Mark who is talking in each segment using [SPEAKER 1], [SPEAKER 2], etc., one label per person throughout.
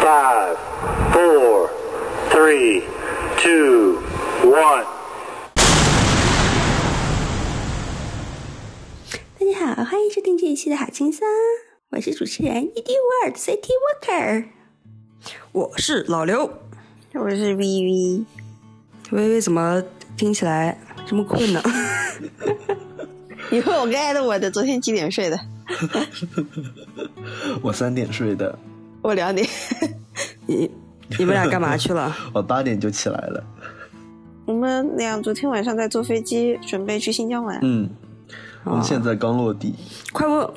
[SPEAKER 1] five, four, three, two, one.
[SPEAKER 2] 大家好，欢迎收听这一期的好轻松，我是主持人
[SPEAKER 3] E
[SPEAKER 2] ED World City Walker。
[SPEAKER 3] 我是老刘。
[SPEAKER 2] 我是 VV，
[SPEAKER 3] 微微怎么听起来这么困呢？
[SPEAKER 2] 你会有个爱的我的，昨天几点睡的？
[SPEAKER 4] 我三点睡的，
[SPEAKER 2] 我两点。
[SPEAKER 3] 你你们俩干嘛去 了？
[SPEAKER 4] 我八点就起来了。
[SPEAKER 2] 我们俩昨天晚上在坐飞机，准备去新疆玩。
[SPEAKER 4] 嗯，我们
[SPEAKER 3] 哦
[SPEAKER 4] 现在刚落地。
[SPEAKER 3] 啊 快问，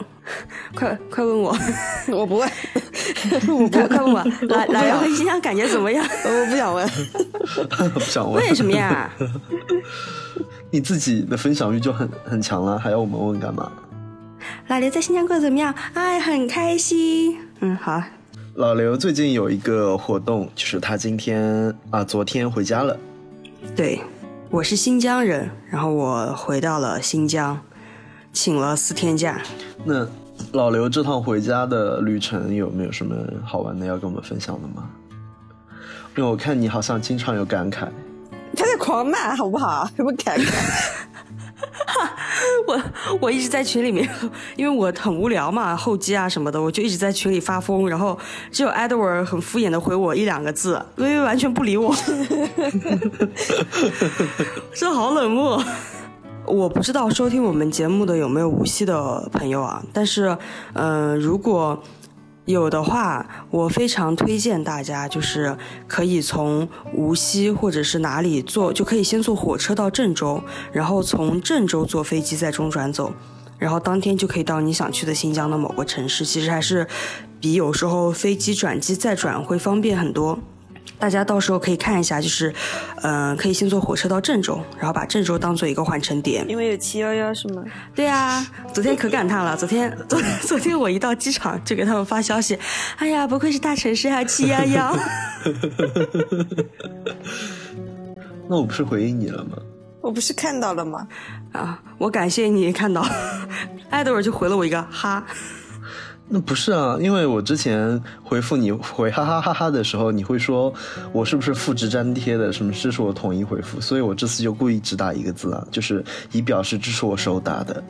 [SPEAKER 3] 快快问 我，
[SPEAKER 2] 嗯我 不问，
[SPEAKER 3] 快快问 我，来来，然后新疆感觉怎么样？
[SPEAKER 2] 我不想问。
[SPEAKER 4] 不想问
[SPEAKER 3] 为什么？ 呀？
[SPEAKER 4] 你自己的分享欲就很很强了，还要我们问干嘛？
[SPEAKER 3] 老刘在新疆过得怎么样？哎，很开心。嗯，好，
[SPEAKER 4] 老刘最近有一个活动，就是他今天啊，昨天回家了。
[SPEAKER 3] 对，我是新疆人，然后我回到了新疆，请了四天假。
[SPEAKER 4] 那老刘这趟回家的旅程有没有什么好玩的要跟我们分享的吗？因为我看你好像经常有感慨，
[SPEAKER 2] 他在狂骂，好不好？什么感慨？
[SPEAKER 3] 我我一直在群里面，因为我很无聊嘛，后期啊什么的，我就一直在群里发疯，然后只有 Edward 很敷衍的回我一两个字，微微完全不理我， 这好冷漠。我不知道收听我们节目的有没有无锡的朋友啊，但是，呃，如果有的话，我非常推荐大家，就是可以从无锡或者是哪里坐，就可以先坐火车到郑州，然后从郑州坐飞机再中转走，然后当天就可以到你想去的新疆的某个城市。其实还是比有时候飞机转机再转会方便很多。大家到时候可以看一下，就是，嗯、可以先坐火车到郑州，然后把郑州当做一个换乘点。
[SPEAKER 2] 因为有七幺幺是吗？
[SPEAKER 3] 对啊，昨天可感叹了。昨天，昨昨天我一到机场就给他们发消息，哎呀，不愧是大城市，啊还有七幺 幺。
[SPEAKER 4] 那我不是回应你了吗？
[SPEAKER 2] 我不是看到了吗？
[SPEAKER 3] 啊，我感谢你看到， 艾德尔就回了我一个哈。
[SPEAKER 4] 那不是啊，因为我之前回复你回哈哈哈哈的时候，你会说我是不是复制粘贴的，什么这是我统一回复，所以我这次就故意只打一个字啊，就是以表示这是我手打的。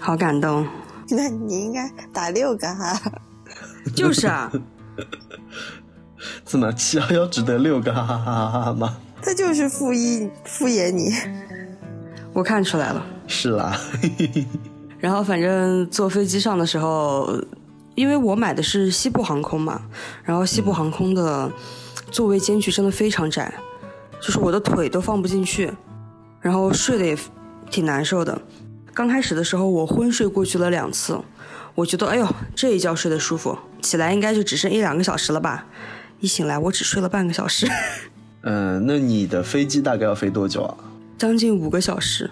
[SPEAKER 3] 好感动，
[SPEAKER 2] 那你应该打六个哈。
[SPEAKER 3] 就是啊，
[SPEAKER 4] 怎么七幺幺只得六个哈哈哈哈哈吗？
[SPEAKER 2] 他就是敷衍敷衍你。
[SPEAKER 3] 我看出来了。
[SPEAKER 4] 是啦，
[SPEAKER 3] 然后反正坐飞机上的时候，因为我买的是西部航空嘛，然后西部航空的座位间距真的非常窄，就是我的腿都放不进去，然后睡得也挺难受的。刚开始的时候我昏睡过去了两次，我觉得哎呦这一觉睡得舒服，起来应该就只剩一两个小时了吧。一醒来我只睡了半个小时，
[SPEAKER 4] 嗯，那你的飞机大概要飞多久啊？
[SPEAKER 3] 将近五个小时，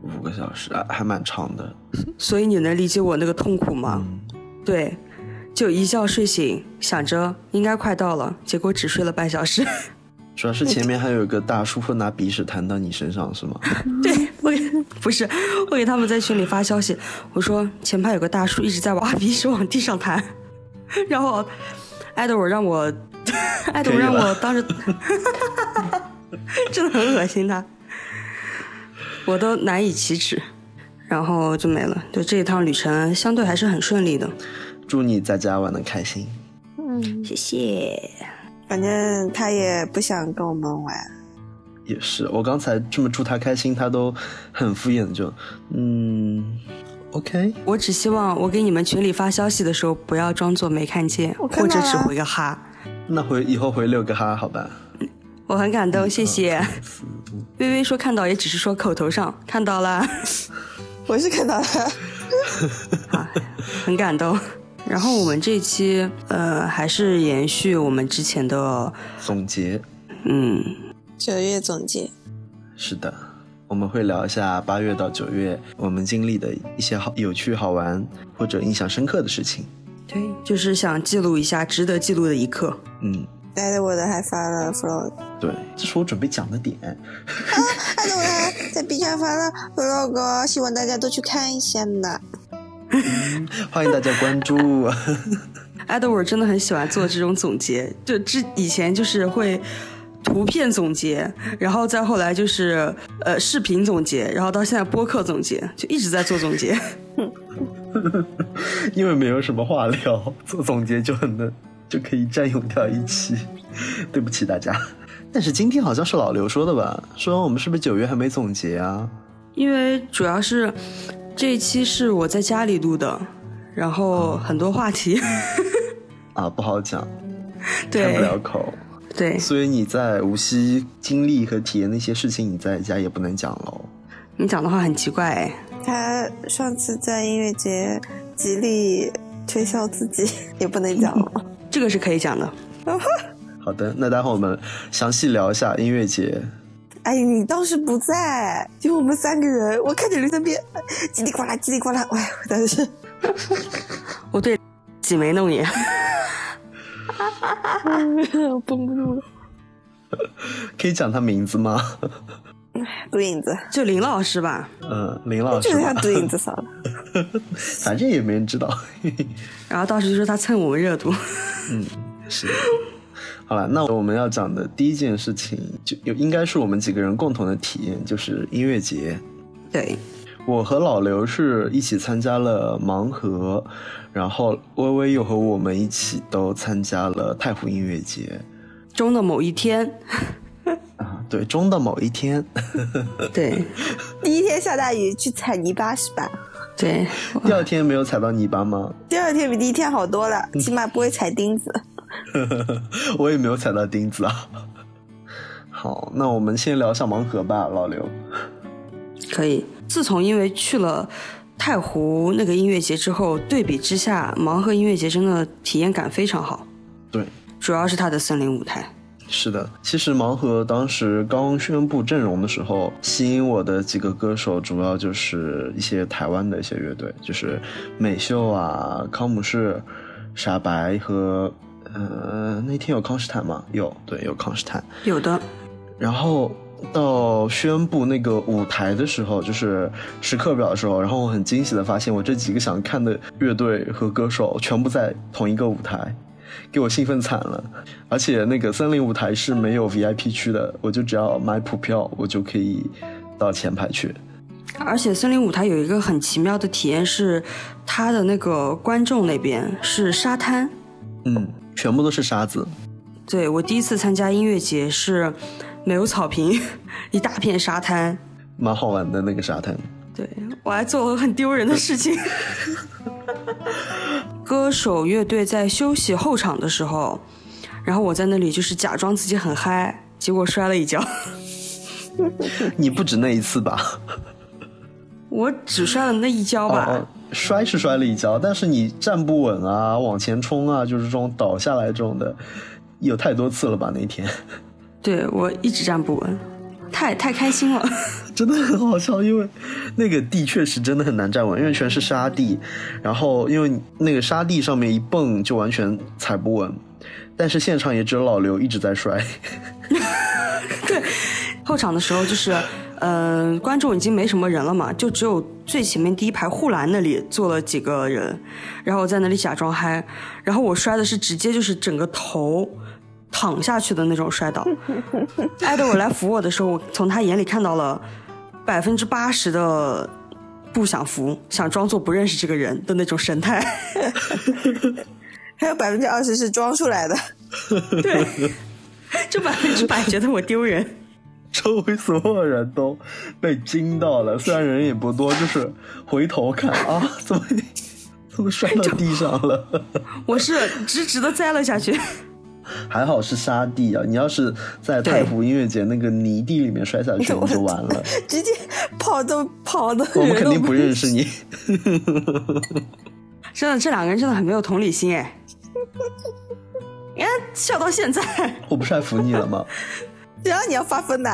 [SPEAKER 4] 五个小时啊，还蛮长的。嗯
[SPEAKER 3] 所以你能理解我那个痛苦吗？对，就一觉睡醒，想着应该快到了，结果只睡了半小时。
[SPEAKER 4] 主要是前面还有一个大叔会拿鼻屎弹到你身上，是吗？
[SPEAKER 3] 对我给不是我给他们在群里发消息，我说前排有个大叔一直在挖鼻屎往地上弹， 然后艾德我让我艾德我
[SPEAKER 4] 可以
[SPEAKER 3] 让
[SPEAKER 4] 了
[SPEAKER 3] 我 当时真的很恶心他，我都难以启齿，然后就没了。就这一趟旅程相对还是很顺利的，
[SPEAKER 4] 祝你在家玩的开心。
[SPEAKER 3] 谢谢。
[SPEAKER 2] 反正他也不想跟我们玩，
[SPEAKER 4] 也是，我刚才这么祝他开心，他都很敷衍，就嗯，OK，
[SPEAKER 3] 我只希望我给你们群里发消息的时候，不要装作没看见，
[SPEAKER 2] 我看
[SPEAKER 3] 或
[SPEAKER 2] 到
[SPEAKER 3] 者只
[SPEAKER 2] 了
[SPEAKER 3] 回个哈。
[SPEAKER 4] 那回以后回六个哈，好吧？
[SPEAKER 3] 我很感动，哦谢
[SPEAKER 4] 嗯
[SPEAKER 3] 谢。微微说看到也只是说口头上看到啦，
[SPEAKER 2] 我是看到了。
[SPEAKER 3] 很感动。然后我们这期呃还是延续我们之前的
[SPEAKER 4] 总结
[SPEAKER 3] 嗯
[SPEAKER 2] 九月总结，
[SPEAKER 4] 是的，我们会聊一下八月到九月我们经历的一些好、有趣、好玩或者印象深刻的事情。
[SPEAKER 3] 对，就是想记录一下值得记录的一刻。
[SPEAKER 4] 嗯，
[SPEAKER 2] 艾德我的还发了 vlog，
[SPEAKER 4] 对，这是我准备讲的点。
[SPEAKER 2] 艾德我的还在 B 站发了 vlog，哦希望大家都去看一下呢。
[SPEAKER 4] 欢迎大家关注。
[SPEAKER 3] 哎 Edward 真的很喜欢做这种总结，就之以前就是会。图片总结，然后再后来就是呃视频总结，然后到现在播客总结，就一直在做总结。
[SPEAKER 4] 因为没有什么话聊，做总结就很能就可以占用掉一期。 对不起大家，但是今天好像是老刘说的吧？说我们是不是九月还没总结啊？
[SPEAKER 3] 因为主要是这一期是我在家里录的，然
[SPEAKER 4] 哦
[SPEAKER 3] 后很多话题，
[SPEAKER 4] 啊，不好讲，开
[SPEAKER 3] 对
[SPEAKER 4] 嗯不了口。
[SPEAKER 3] 对，
[SPEAKER 4] 所以你在无锡经历和体验那些事情，你在家也不能讲喽。
[SPEAKER 3] 你讲的话很奇怪哎。
[SPEAKER 5] 他上次在音乐节极力推销自己， 也不能讲了。
[SPEAKER 3] 这个是可以讲的，
[SPEAKER 4] 好的，那待会我们详细聊一下音乐节。
[SPEAKER 5] 哎，你当时不在，就我们三个人，我看着你那边叽里呱啦，叽里呱啦，哎，我当时
[SPEAKER 3] 我对挤眉弄眼。
[SPEAKER 5] 绷不住了。
[SPEAKER 4] 可以讲他名字吗？
[SPEAKER 5] 读影子，
[SPEAKER 3] 就林老师吧，
[SPEAKER 4] 嗯，林老师
[SPEAKER 5] 就是
[SPEAKER 4] 吧
[SPEAKER 5] 他，读影子算了。
[SPEAKER 4] 反正也没人知道。
[SPEAKER 3] 然后当时就说他蹭我们热度，
[SPEAKER 4] 是的。好了，那我们要讲的第一件事情，就有应该是我们几个人共同的体验，就是音乐节。
[SPEAKER 3] 对，
[SPEAKER 4] 我和老刘是一起参加了盲盒，然后微微又和我们一起都参加了太湖音乐节
[SPEAKER 3] 中的某一天，
[SPEAKER 4] 啊。对，中的某一天， 呃
[SPEAKER 3] 对
[SPEAKER 5] 第一天下大雨去踩泥巴是吧？
[SPEAKER 3] 对，
[SPEAKER 4] 第二天没有踩到泥巴吗？
[SPEAKER 5] 第二天比第一天好多
[SPEAKER 4] 嗯
[SPEAKER 5] 了，起码不会踩钉子。
[SPEAKER 4] 我也没有踩到钉子啊。 好，那我们先聊一下盲盒吧，老刘。
[SPEAKER 3] 可以。自从因为去了太湖那个音乐节之后，对比之下，盲盒音乐节真的体验感非常好，
[SPEAKER 4] 对，
[SPEAKER 3] 主要是它的森林舞台。
[SPEAKER 4] 是的，其实盲盒当时刚宣布阵容的时候，吸引我的几个歌手主要就是一些台湾的一些乐队，就是美秀啊、康姆士、傻白和呃，那天有康斯坦吗？有，对，有康斯坦。
[SPEAKER 3] 有的，
[SPEAKER 4] 然后到宣布那个舞台的时候，就是时刻表的时候，然后我很惊喜的发现，我这几个想看的乐队和歌手全部在同一个舞台，给我兴奋惨了。而且那个森林舞台是没有 VIP 区的，我就只要买普票，我就可以到前排去。
[SPEAKER 3] 而且森林舞台有一个很奇妙的体验是，它的那个观众那边是沙滩。
[SPEAKER 4] 嗯，全部都是沙子，
[SPEAKER 3] 对我第一次参加音乐节是没有草坪，一大片沙滩。
[SPEAKER 4] 蛮好玩的那个沙滩。
[SPEAKER 3] 对我还做了很丢人的事情。 歌手乐队在休息后场的时候，然后我在那里就是假装自己很嗨，结果摔了一跤。
[SPEAKER 4] 你不止那一次吧？
[SPEAKER 3] 我只摔了那一跤吧，
[SPEAKER 4] 哦哦摔是摔了一跤，但是你站不稳啊，往前冲啊，就是这种倒下来这种的，有太多次了吧？那天
[SPEAKER 3] 对我一直站不稳，太太开心了。
[SPEAKER 4] 真的很好笑，因为那个地确实真的很难站稳，因为全是沙地，然后因为那个沙地上面一蹦就完全踩不稳，但是现场也只有老刘一直在摔，
[SPEAKER 3] 后场的时候就是，呃，观众已经没什么人了嘛，就只有最前面第一排护栏那里坐了几个人，然后我在那里假装嗨，然后我摔的是直接就是整个头躺下去的那种摔倒。艾德我来扶我的时候，我从他眼里看到了百分之八十的不想扶，想装作不认识这个人的那种神态。
[SPEAKER 5] 还有百分之二十是装出来的，
[SPEAKER 3] 对，就百分之百觉得我丢人。
[SPEAKER 4] 周围所有人都被惊到了，虽然人也不多，就是回头看啊，怎么怎么摔到地上了？
[SPEAKER 3] 我是直直的栽了下去。
[SPEAKER 4] 还好是沙地啊，你要是在太湖音乐节那个泥地里面摔下去，你就完了，
[SPEAKER 5] 直接跑都跑的
[SPEAKER 4] 我们
[SPEAKER 5] 人
[SPEAKER 4] 肯
[SPEAKER 5] 都
[SPEAKER 4] 定不认识你。
[SPEAKER 3] 真的，这两个人真的很没有同理心哎。你看，笑到现在，
[SPEAKER 4] 我不是还服你了 吗？
[SPEAKER 5] 谁让你要发疯的？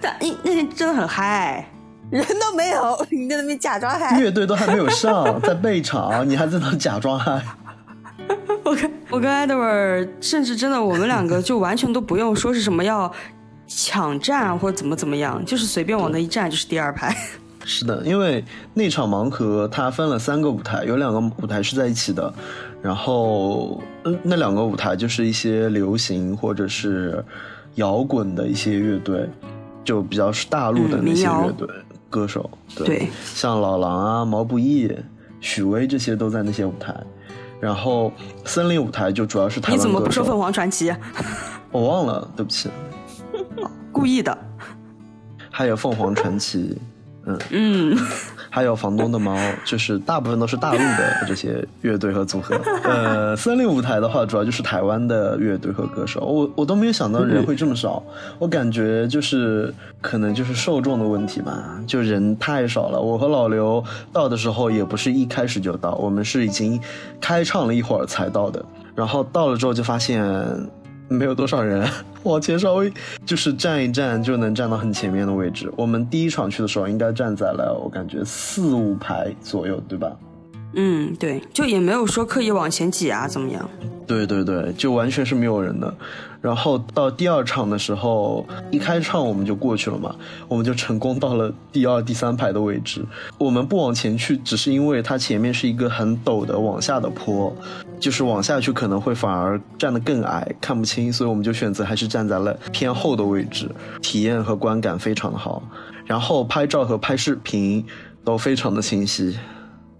[SPEAKER 3] 但那那天真的很嗨，哎
[SPEAKER 5] 人都没有， 你在那边假装嗨。
[SPEAKER 4] 乐队都还没有上，在备场，你还在那假装嗨。
[SPEAKER 3] 我跟我跟 Edward，甚至真的我们两个就完全都不用说是什么要抢站或者怎么怎么样，就是随便往那一站就是第二排。
[SPEAKER 4] 是的，因为那场盲盒它分了三个舞台，有两个舞台是在一起的，然后，嗯，那两个舞台就是一些流行或者是摇滚的一些乐队，就比较是大陆的
[SPEAKER 3] 嗯
[SPEAKER 4] 那
[SPEAKER 3] 民
[SPEAKER 4] 些
[SPEAKER 3] 谣
[SPEAKER 4] 乐队、歌手，对，
[SPEAKER 3] 对
[SPEAKER 4] 像老狼啊、毛不易、许巍这些都在那些舞台。然后森林舞台就主要是台
[SPEAKER 3] 你
[SPEAKER 4] 湾歌手，
[SPEAKER 3] 怎么不说凤凰传奇？啊
[SPEAKER 4] 我忘了，对不起。
[SPEAKER 3] 故意的。
[SPEAKER 4] 还有凤凰传奇，
[SPEAKER 3] 嗯，
[SPEAKER 4] 还有房东的猫，就是大部分都是大陆的这些乐队和组合。呃，森林舞台的话，主要就是台湾的乐队和歌手。我我都没有想到人会这么少，我感觉就是可能就是受众的问题吧，就人太少了。我和老刘到的时候也不是一开始就到，我们是已经开唱了一会儿才到的。然后到了之后就发现没有多少人，往前稍微就是站一站就能站到很前面的位置。我们第一场去的时候应该站在了我感觉四五排左右，对吧？
[SPEAKER 3] 嗯，对，就也没有说刻意往前挤啊，怎么样？
[SPEAKER 4] 对对对，就完全是没有人的。然后到第二场的时候，一开唱我们就过去了嘛，我们就成功到了第二、第三排的位置。我们不往前去，只是因为它前面是一个很陡的往下的坡，就是往下去可能会反而站得更矮，看不清，所以我们就选择还是站在了偏后的位置，体验和观感非常的好。然后拍照和拍视频都非常的清晰。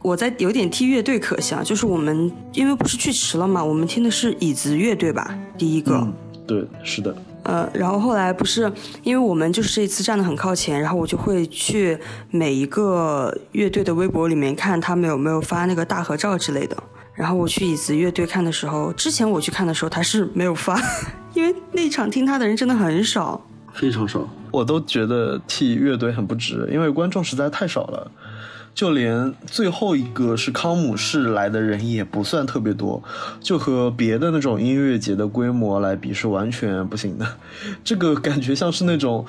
[SPEAKER 3] 我在有点替乐队可惜啊，就是我们因为不是去迟了嘛，我们听的是椅子乐队吧，第一个。
[SPEAKER 4] 嗯，对，是的。
[SPEAKER 3] 呃，然后后来不是因为我们就是这一次站得很靠前，然后我就会去每一个乐队的微博里面看他们有没有发那个大合照之类的。然后我去椅子乐队看的时候，之前我去看的时候他是没有发， 因为那场听他的人真的很少。
[SPEAKER 4] 非常少，我都觉得替乐队很不值，因为观众实在太少了。就连最后一个是康姆士来的人也不算特别多，就和别的那种音乐节的规模来比是完全不行的。 这个感觉像是那种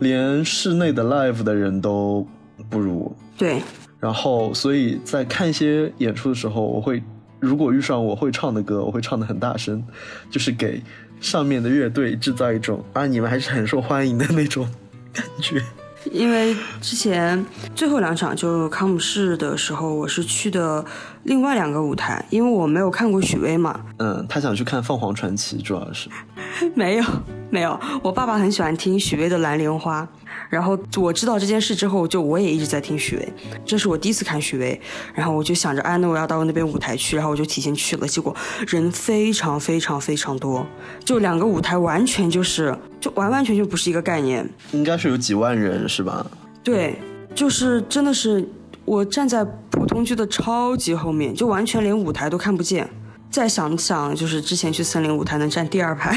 [SPEAKER 4] 连室内的 live 的人都不如。
[SPEAKER 3] 对，
[SPEAKER 4] 然后，所以在看一些演出的时候，我会如果遇上我会唱的歌，我会唱的很大声，就是给上面的乐队制造一种啊，你们还是很受欢迎的那种感觉。
[SPEAKER 3] 因为之前最后两场就康姆士的时候，我是去的另外两个舞台，因为我没有看过许巍嘛，
[SPEAKER 4] 嗯，他想去看凤凰传奇，主要是
[SPEAKER 3] 没有，没有。我爸爸很喜欢听许巍的《蓝莲花》，然后我知道这件事之后，就我也一直在听许巍。这是我第一次看许巍，然后我就想着，哎，那我要到那边舞台去，然后我就提前去了。结果人非常非常非常多，就两个舞台完全就是，就完完全全不是一个概念。
[SPEAKER 4] 应该是有几万人是吧？
[SPEAKER 3] 对，就是真的是我站在普通区的超级后面，就完全连舞台都看不见。再想想，就是之前去森林舞台能站第二排。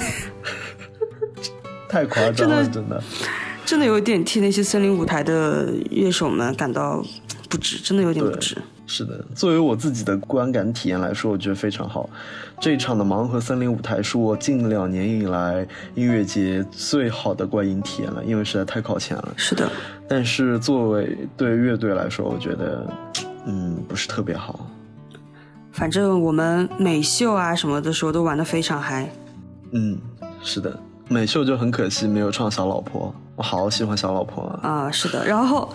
[SPEAKER 4] 太夸张了，
[SPEAKER 3] 真的
[SPEAKER 4] 真的。
[SPEAKER 3] 真的有点替那些森林舞台的乐手们感到不值，真的有点不值。
[SPEAKER 4] 是的，作为我自己的观感体验来说，我觉得非常好。这一场的盲盒森林舞台是我近两年以来音乐节最好的观影体验了，因为实在太靠前了。
[SPEAKER 3] 是的，
[SPEAKER 4] 但是作为对乐队来说，我觉得，嗯，不是特别好。
[SPEAKER 3] 反正我们美秀啊什么的时候都玩得非常嗨。
[SPEAKER 4] 嗯，是的，美秀就很可惜没有唱《小老婆》，我好喜欢《小老婆》啊，
[SPEAKER 3] 啊，是的。然后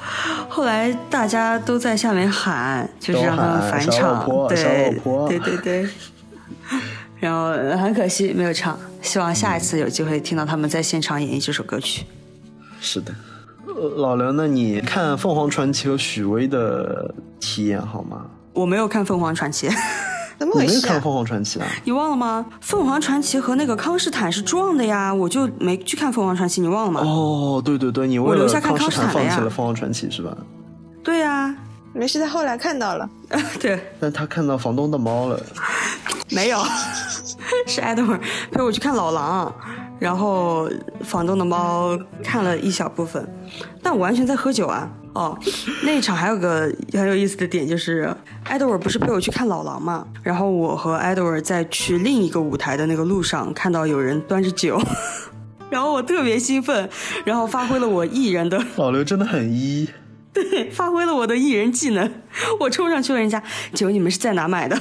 [SPEAKER 3] 后来大家都在下面喊，就是
[SPEAKER 4] 都
[SPEAKER 3] 让他们
[SPEAKER 4] 喊
[SPEAKER 3] 返
[SPEAKER 4] 小老
[SPEAKER 3] 场
[SPEAKER 4] 婆，小
[SPEAKER 3] 对
[SPEAKER 4] 老婆
[SPEAKER 3] 对对对。 然后呃很可惜没有唱，希望下一次有机会听到他们在现场演绎这首歌曲。
[SPEAKER 4] 是的。呃老刘，那你看凤凰传奇和许巍的体验好吗？
[SPEAKER 3] 我没有看凤凰传奇，
[SPEAKER 5] 怎么
[SPEAKER 4] 你
[SPEAKER 5] 回
[SPEAKER 4] 没有
[SPEAKER 5] 事、
[SPEAKER 4] 看
[SPEAKER 5] 啊？
[SPEAKER 4] 凤凰传奇啊？
[SPEAKER 3] 你忘了吗？凤凰传奇和那个康斯坦是撞的呀，我就没去看凤凰传奇，你忘了吗？
[SPEAKER 4] 哦，对对对，你为
[SPEAKER 3] 留
[SPEAKER 4] 了
[SPEAKER 3] 下看
[SPEAKER 4] 康斯
[SPEAKER 3] 康斯坦
[SPEAKER 4] 坦放
[SPEAKER 3] 的
[SPEAKER 4] 弃
[SPEAKER 3] 呀
[SPEAKER 4] 了凤凰传奇是吧？
[SPEAKER 3] 对呀、
[SPEAKER 5] 没事，他后来看到了。
[SPEAKER 3] 对，
[SPEAKER 4] 但他看到房东的猫了，
[SPEAKER 3] 没有， 是艾德尔陪我去看老狼，然后房东的猫看了一小部分，但我完全在喝酒啊。哦，那一场还有个很有意思的点就是，艾德尔不是陪我去看老狼嘛，然后我和艾德尔在去另一个舞台的那个路上看到有人端着酒， 然后我特别兴奋，然后发挥了我艺人的
[SPEAKER 4] 老刘真的很一。
[SPEAKER 3] 对， 发挥了我的艺人技能，我冲上去问人家酒你们是在哪买的？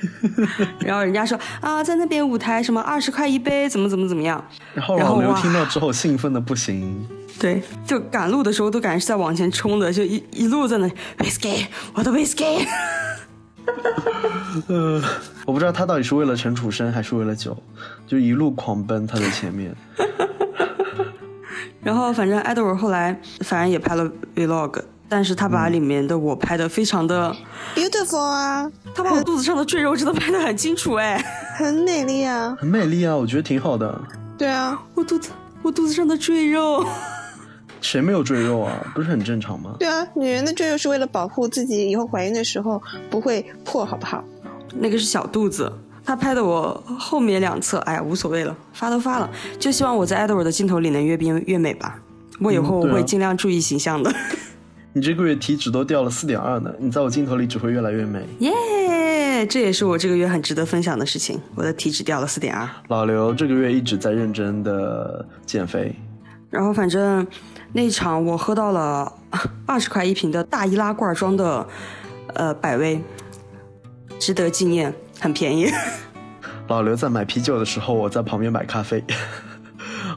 [SPEAKER 3] 然后人家说啊，在那边舞台什么二十块一杯，怎么怎么怎么样？
[SPEAKER 4] 然后
[SPEAKER 3] 然后
[SPEAKER 4] 老刘
[SPEAKER 3] 哇
[SPEAKER 4] 听到之后兴奋的不行，
[SPEAKER 3] 对，就赶路的时候都感觉是在往前冲的，就一一路在那 whisky，我的 whisky，
[SPEAKER 4] 呃，我不知道他到底是为了陈楚生还是为了酒，就一路狂奔他在前面。
[SPEAKER 3] 然后反正 Edward 后来反正也拍了 vlog，但是他把里面的我拍的非常的，
[SPEAKER 5] beautiful 啊，
[SPEAKER 3] 他把我肚子上的赘肉真的拍的很清楚哎，
[SPEAKER 5] 很美丽啊，
[SPEAKER 4] 很美丽啊，我觉得挺好的。
[SPEAKER 5] 对啊，
[SPEAKER 3] 我肚子我肚子上的赘肉，
[SPEAKER 4] 谁没有赘肉啊？不是很正常吗？
[SPEAKER 5] 对啊，女人的赘肉是为了保护自己以后怀孕的时候不会破，好不好？
[SPEAKER 3] 那个是小肚子。他拍的我后面两侧，哎呀，无所谓了，发都发了，就希望我在 Edward 的镜头里能越变越美吧。我以后
[SPEAKER 4] 嗯对啊
[SPEAKER 3] 会尽量注意形象的。
[SPEAKER 4] 你这个月体脂都掉了四点二呢，你在我镜头里只会越来越美。
[SPEAKER 3] 耶、这也是我这个月很值得分享的事情。我的体脂掉了四点二，
[SPEAKER 4] 老刘这个月一直在认真的减肥，
[SPEAKER 3] 然后反正那场我喝到了 二十块一瓶的大易拉罐装的呃百威，值得纪念，很便宜。
[SPEAKER 4] 老刘在买啤酒的时候，我在旁边买咖啡。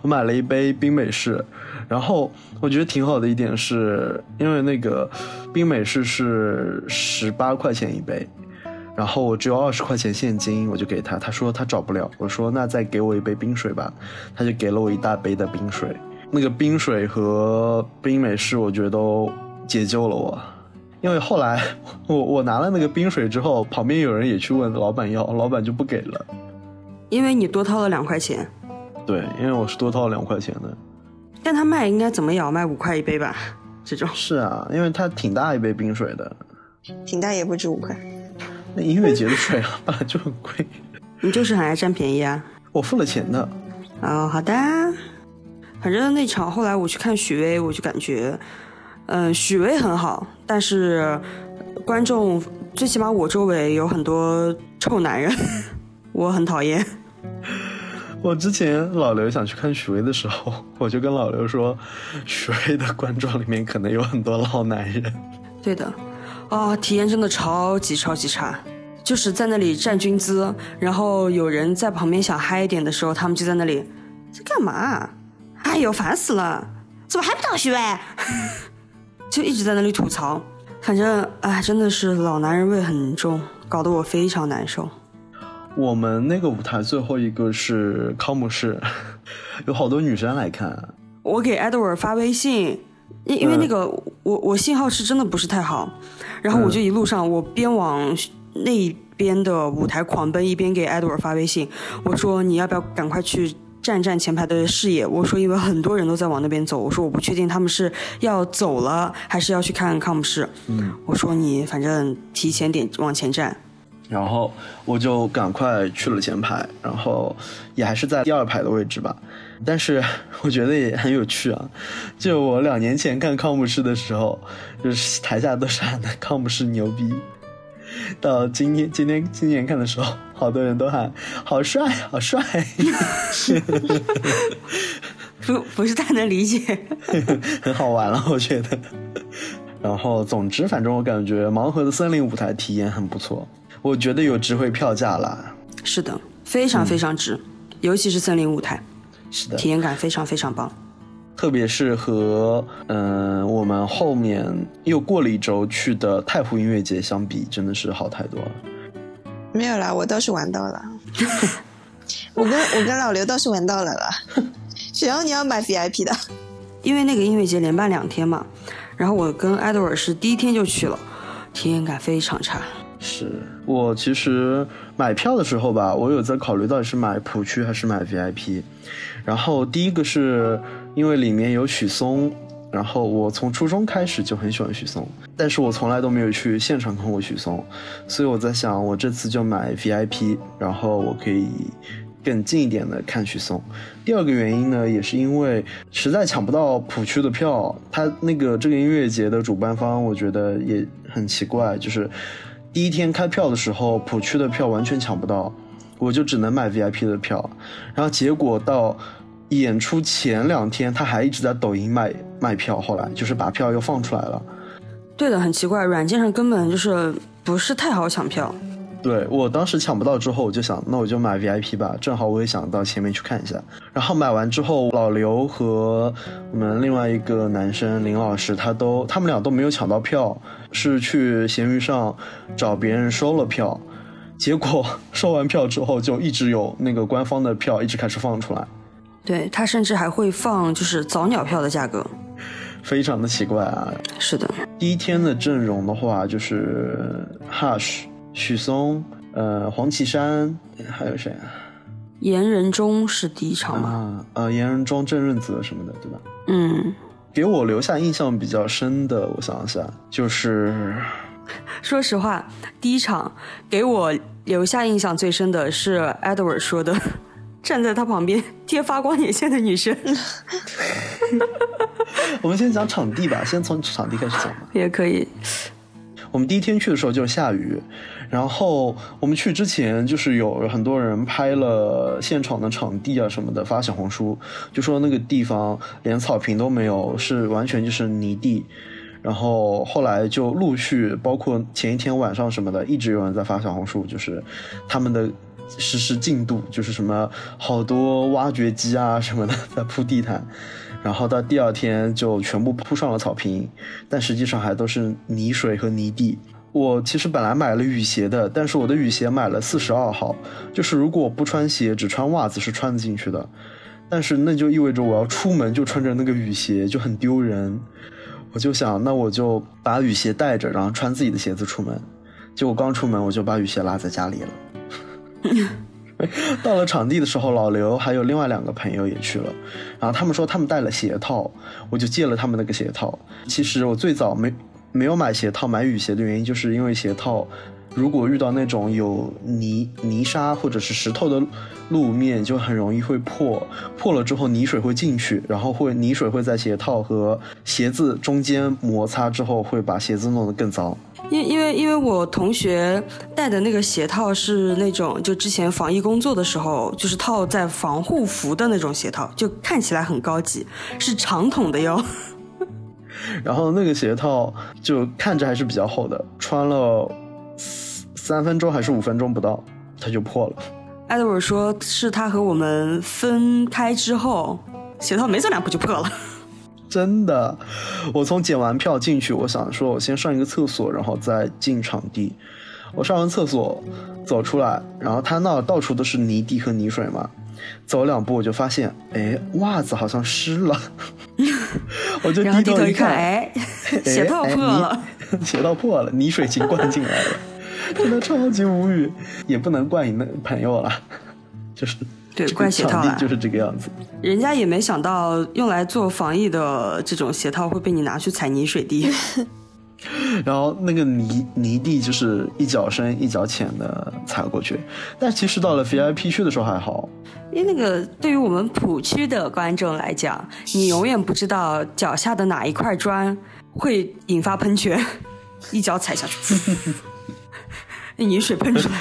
[SPEAKER 4] 我买了一杯冰美式，然后我觉得挺好的一点是，因为那个冰美式是十八块钱一杯，然后我只有二十块钱现金，我就给他，他说他找不了，我说那再给我一杯冰水吧，他就给了我一大杯的冰水。那个冰水和冰美式，我觉得都解救了我。因为后来 我我拿了那个冰水之后，旁边有人也去问老板要，老板就不给了。
[SPEAKER 3] 因为你多掏了两块钱，
[SPEAKER 4] 对，因为我是多掏了两块钱的。
[SPEAKER 3] 但他卖应该怎么也要卖五块一杯吧？这种
[SPEAKER 4] 是啊，因为它挺大一杯冰水的，
[SPEAKER 5] 挺大也不止五块，
[SPEAKER 4] 那音乐节的水啊本来就很贵，
[SPEAKER 3] 你就是很爱占便宜啊。
[SPEAKER 4] 我付了钱的。
[SPEAKER 3] 哦，好的。反正那场后来我去看许巍，我就感觉，嗯、许巍很好，但是观众最起码我周围有很多臭男人， 我很讨厌。
[SPEAKER 4] 我之前老刘想去看许巍的时候，我就跟老刘说，许巍的观众里面可能有很多老男人。
[SPEAKER 3] 对的，啊、体验真的超级超级差，就是在那里站军姿，然后有人在旁边想嗨一点的时候，他们就在那里在干嘛？哎呦，烦死了！怎么还不到徐威？ 就一直在那里吐槽，反正哎，真的是老男人味很重，搞得我非常难受。
[SPEAKER 4] 我们那个舞台最后一个是康姆士，有好多女生来看，啊
[SPEAKER 3] 我给 Edward 发微信，因因为
[SPEAKER 4] 嗯
[SPEAKER 3] 那个、我我信号是真的不是太好，然后我就一路上我边往那边的舞台狂奔，一边给 Edward 发微信，我说你要不要赶快去。站站前排的视野，我说因为很多人都在往那边走，我说我不确定他们是要走了还是要去看康姆士，嗯，我说你反正提前点往前站，
[SPEAKER 4] 然后我就赶快去了前排，然后也还是在第二排的位置吧。但是我觉得也很有趣啊， 就我两年前看康姆士的时候，就是台下都是喊的康姆士牛逼，到今天今天今年看的时候，好多人都喊好帅好帅。
[SPEAKER 3] 不不是太能理解，
[SPEAKER 4] 很好玩啊了，我觉得。然后，总之，反正我感觉盲盒的森林舞台体验很不错，我觉得有值回票价啦。
[SPEAKER 3] 是的，非常非常值，尤其是森林舞台，
[SPEAKER 4] 是的，
[SPEAKER 3] 体验感非常非常棒。
[SPEAKER 4] 特别是和嗯、呃我们后面又过了一周去的太湖音乐节相比，真的是好太多了。
[SPEAKER 5] 没有啦，我倒是玩到了， 我跟我跟老刘倒是玩到了啦，只要你要买 VIP 的，
[SPEAKER 3] 因为那个音乐节连办两天嘛，然后我跟艾德尔是第一天就去了，体验感非常差。
[SPEAKER 4] 是我其实买票的时候吧，我有在考虑到底是买普区还是买 VIP。然后第一个是因为里面有许嵩，然后我从初中开始就很喜欢许嵩，但是我从来都没有去现场看过许嵩，所以我在想我这次就买 VIP，然后我可以更近一点的看许嵩。第二个原因呢，也是因为实在抢不到普区的票，他那个这个音乐节的主办方，我觉得也很奇怪，就是第一天开票的时候，普区的票完全抢不到，我就只能买 VIP 的票，然后结果到。演出前两天，他还一直在抖音卖卖票，后来就是把票又放出来了。
[SPEAKER 3] 对的，很奇怪，软件上根本就是不是太好抢票。
[SPEAKER 4] 对我当时抢不到之后，我就想，那我就买 VIP 吧，正好我也想到前面去看一下。然后买完之后，老刘和我们另外一个男生林老师，他都他们俩都没有抢到票，是去闲鱼上找别人收了票，结果 收完票之后就一直有那个官方的票一直开始放出来，
[SPEAKER 3] 对他甚至还会放就是早鸟票的价格。
[SPEAKER 4] 非常的奇怪啊。
[SPEAKER 3] 是的，
[SPEAKER 4] 第一天的阵容的话，就是 Hush、许嵩、呃黄绮珊，还有谁啊？
[SPEAKER 3] 岩人中是第一场嘛？
[SPEAKER 4] 啊呃严仁中、郑润泽什么的，对吧？
[SPEAKER 3] 嗯，
[SPEAKER 4] 给我留下印象比较深的，我想一下，就是
[SPEAKER 3] 说实话，第一场给我留下印象最深的是 Edward 说的， 站在他旁边贴发光眼线的女生
[SPEAKER 4] 我们先讲场地吧，先从场地开始讲吧。
[SPEAKER 3] 也可以。
[SPEAKER 4] 我们第一天去的时候就是下雨，然后我们去之前就是有很多人拍了现场的场地啊什么的发小红书，就说那个地方连草坪都没有，是完全就是泥地。然后后来就陆续，包括前一天晚上什么的，一直有人在发小红书，就是他们的实施进度，就是什么好多挖掘机啊什么的在铺地毯，然后到第二天就全部铺上了草坪，但实际上还都是泥水和泥地。我其实本来买了雨鞋的，但是我的雨鞋买了四十二号，就是如果我不穿鞋，只穿袜子是穿得进去的，但是那就意味着我要出门就穿着那个雨鞋，就很丢人。我就想，那我就把雨鞋带着，然后穿自己的鞋子出门。结果刚出门，我就把雨鞋落在家里了。到了场地的时候，老刘还有另外两个朋友也去了，然后他们说他们带了鞋套，我就借了他们那个鞋套。其实我最早没没有买鞋套，买雨鞋的原因就是因为鞋套，如果遇到那种有泥泥沙或者是石头的路面，就很容易会破，破了之后泥水会进去，然后会泥水会在鞋套和鞋子中间摩擦之后，会把鞋子弄得更糟。
[SPEAKER 3] 因因为因为我同学戴的那个鞋套是那种，就之前防疫工作的时候，就是套在防护服的那种鞋套，就看起来很高级，是长筒的哟。
[SPEAKER 4] 然后那个鞋套就看着还是比较厚的，穿了三三分钟还是五分钟不到，它就破了。
[SPEAKER 3] 艾德尔说是他和我们分开之后，鞋套没走两步就破了。
[SPEAKER 4] 真的，我从检完票进去，我想说我先上一个厕所，然后再进场地。我上完厕所走出来，然后他那到处都是泥地和泥水嘛，走两步我就发现，哎，袜子好像湿了， 我就
[SPEAKER 3] 然后
[SPEAKER 4] 低
[SPEAKER 3] 低头
[SPEAKER 4] 头
[SPEAKER 3] 一
[SPEAKER 4] 看，
[SPEAKER 3] 看，哎，鞋套破了。
[SPEAKER 4] 哎，你鞋套破了，泥 水已经灌进来了， 真的超级无语，也不能怪你那朋友了， 就是
[SPEAKER 3] 对
[SPEAKER 4] 这个
[SPEAKER 3] 怪鞋
[SPEAKER 4] 场
[SPEAKER 3] 套啊
[SPEAKER 4] 地
[SPEAKER 3] 啦
[SPEAKER 4] 就是这个样子。
[SPEAKER 3] 人家也没想到用来做防疫的这种鞋套会被你拿去踩泥水地。
[SPEAKER 4] 然后那个泥泥地就是一脚深一脚浅的踩过去，但其实到了 VIP 区的时候还好，
[SPEAKER 3] 因为那个对于我们普区的观众来讲，你永远不知道脚下的哪一块砖会引发喷泉， 一脚踩下去， 那泥水喷出来。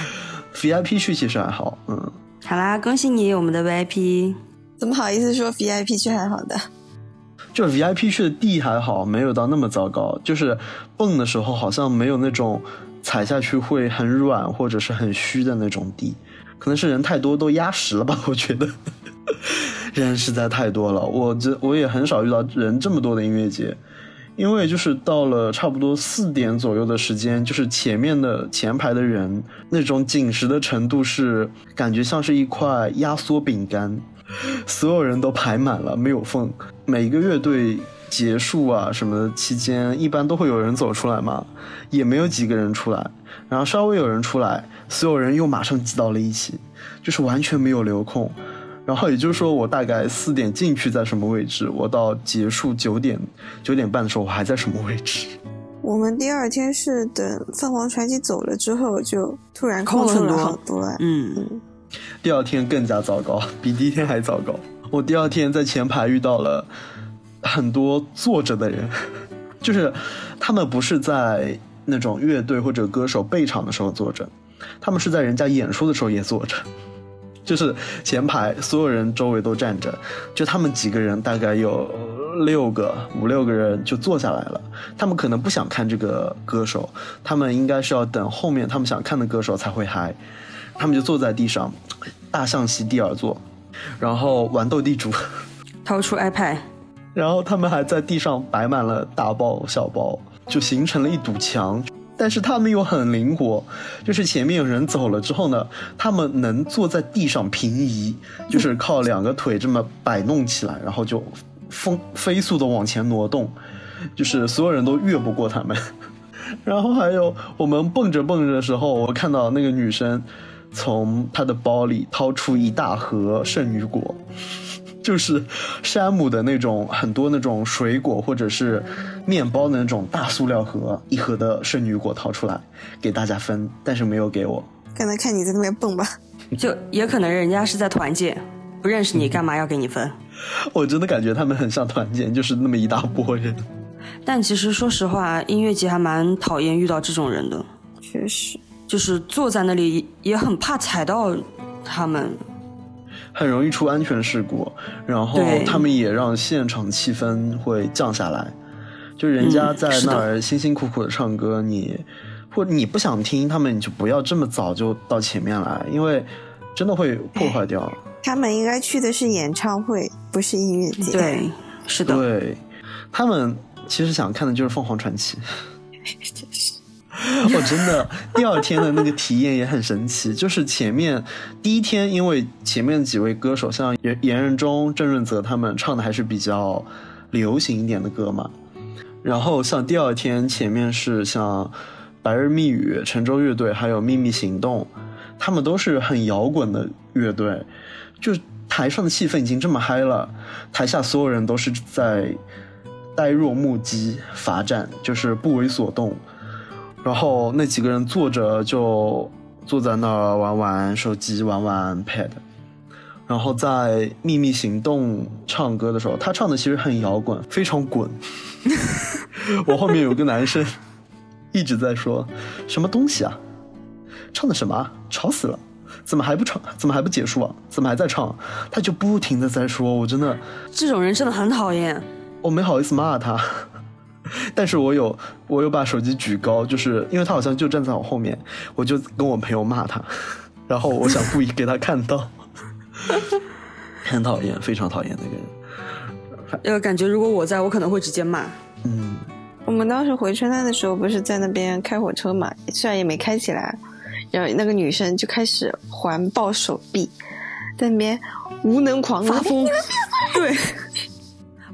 [SPEAKER 4] VIP 区其实还好，嗯，
[SPEAKER 3] 好啦，恭喜你，我们的 VIP。
[SPEAKER 5] 怎么好意思说 VIP 区还好的？
[SPEAKER 4] 就是 VIP 区的地还好，没有到那么糟糕，就是蹦的时候好像没有那种踩下去会很软或者是很虚的那种地，可能是人太多都压实了吧，我觉得。人实在太多了，我这我也很少遇到人这么多的音乐节，因为就是到了差不多四点左右的时间，就是前面的前排的人那种紧实的程度是感觉像是一块压缩饼干，所有人都排满了，没有缝。每个乐队结束啊什么的期间，一般都会有人走出来嘛，也没有几个人出来，然后稍微有人出来，所有人又马上挤到了一起，就是完全没有留空。然后也就是说，我大概四点进去在什么位置，我到结束九点九点半的时候，我还在什么位置？
[SPEAKER 5] 我们第二天是等凤凰传奇走了之后，就突然空出
[SPEAKER 3] 空了
[SPEAKER 5] 了
[SPEAKER 3] 很多
[SPEAKER 5] 好多哎。
[SPEAKER 3] 嗯，
[SPEAKER 4] 第二天更加糟糕， 比第一天还糟糕。我第二天在前排遇到了很多坐着的人， 就是他们不是在那种乐队或者歌手备场的时候坐着，他们是在人家演出的时候也坐着。 就是前排所有人周围都站着，就他们几个人大概有六个五六个人就坐下来了。他们可能不想看这个歌手，他们应该是要等后面他们想看的歌手才会嗨。他们就坐在地上，大象席地而坐，然后玩斗地主，
[SPEAKER 3] 掏出 iPad，
[SPEAKER 4] 然后他们还在地上摆满了大包小包，就形成了一堵墙。但是他们又很灵活，就是前面有人走了之后呢，他们能坐在地上平移，就是靠两个腿这么摆弄起来，然后就风飞速的往前挪动，就是所有人都越不过他们。 然后还有我们蹦着蹦着的时候，我看到那个女生从她的包里掏出一大盒圣女果。就是山姆的那种很多那种水果或者是面包的那种大塑料盒，一盒的圣女果掏出来给大家分，但是没有给我。
[SPEAKER 5] 刚才看你在那边蹦吧，
[SPEAKER 3] 就也可能人家是在团建，不认识你干嘛要给你分？
[SPEAKER 4] 我真的感觉他们很像团建，就是那么一大波人。
[SPEAKER 3] 但其实说实话，音乐节还蛮讨厌遇到这种人的，
[SPEAKER 5] 确实，
[SPEAKER 3] 就是坐在那里也很怕踩到他们。
[SPEAKER 4] 很容易出安全事故，然后
[SPEAKER 3] 对
[SPEAKER 4] 他们也让现场气氛会降下来。就人家
[SPEAKER 3] 嗯
[SPEAKER 4] 在
[SPEAKER 3] 是的
[SPEAKER 4] 那儿辛辛苦苦的唱歌，你或你不想听他们，你就不要这么早就到前面来，因为真的会破坏掉。
[SPEAKER 3] 哎
[SPEAKER 5] 他们应该去的是演唱会，不是音乐节。，
[SPEAKER 3] 对，是的，
[SPEAKER 4] 对，他们其实想看的就是凤凰传奇。 我哦真的第二天的那个体验也很神奇， 就是前面第一天，因为前面几位歌手像严严仁中、郑润泽他们唱的还是比较流行一点的歌嘛，然后像第二天前面是像白日密语、陈州乐队还有秘密行动，他们都是很摇滚的乐队，就台上的气氛已经这么嗨了，台下所有人都是在呆若木鸡、罚站，就是不为所动。然后那几个人坐着就坐在那儿玩玩手机，玩玩 pad。然后在《秘密行动》唱歌的时候，他唱的其实很摇滚，非常滚。 我后面有个男生一直在说什么东西啊，唱的什么啊，吵死了。怎么还不唱？怎么还不结束啊？怎么还在唱？他就不停的在说，我真的
[SPEAKER 3] 这种人真的很讨厌。
[SPEAKER 4] 我没好意思骂他， 但是我有我有把手机举高，就是因为他好像就站在我后面，我就跟我朋友骂他， 然后我想故意给他看到， 很讨厌，非常讨厌那个人。
[SPEAKER 3] 呃，感觉如果我在，我可能会直接骂。
[SPEAKER 4] 嗯，
[SPEAKER 5] 我们当时回春丹的时候，不是在那边开火车嘛，虽然也没开起来，然后那个女生就开始环抱手臂，在那边无能狂哎
[SPEAKER 3] 发
[SPEAKER 5] 发
[SPEAKER 3] 疯，对，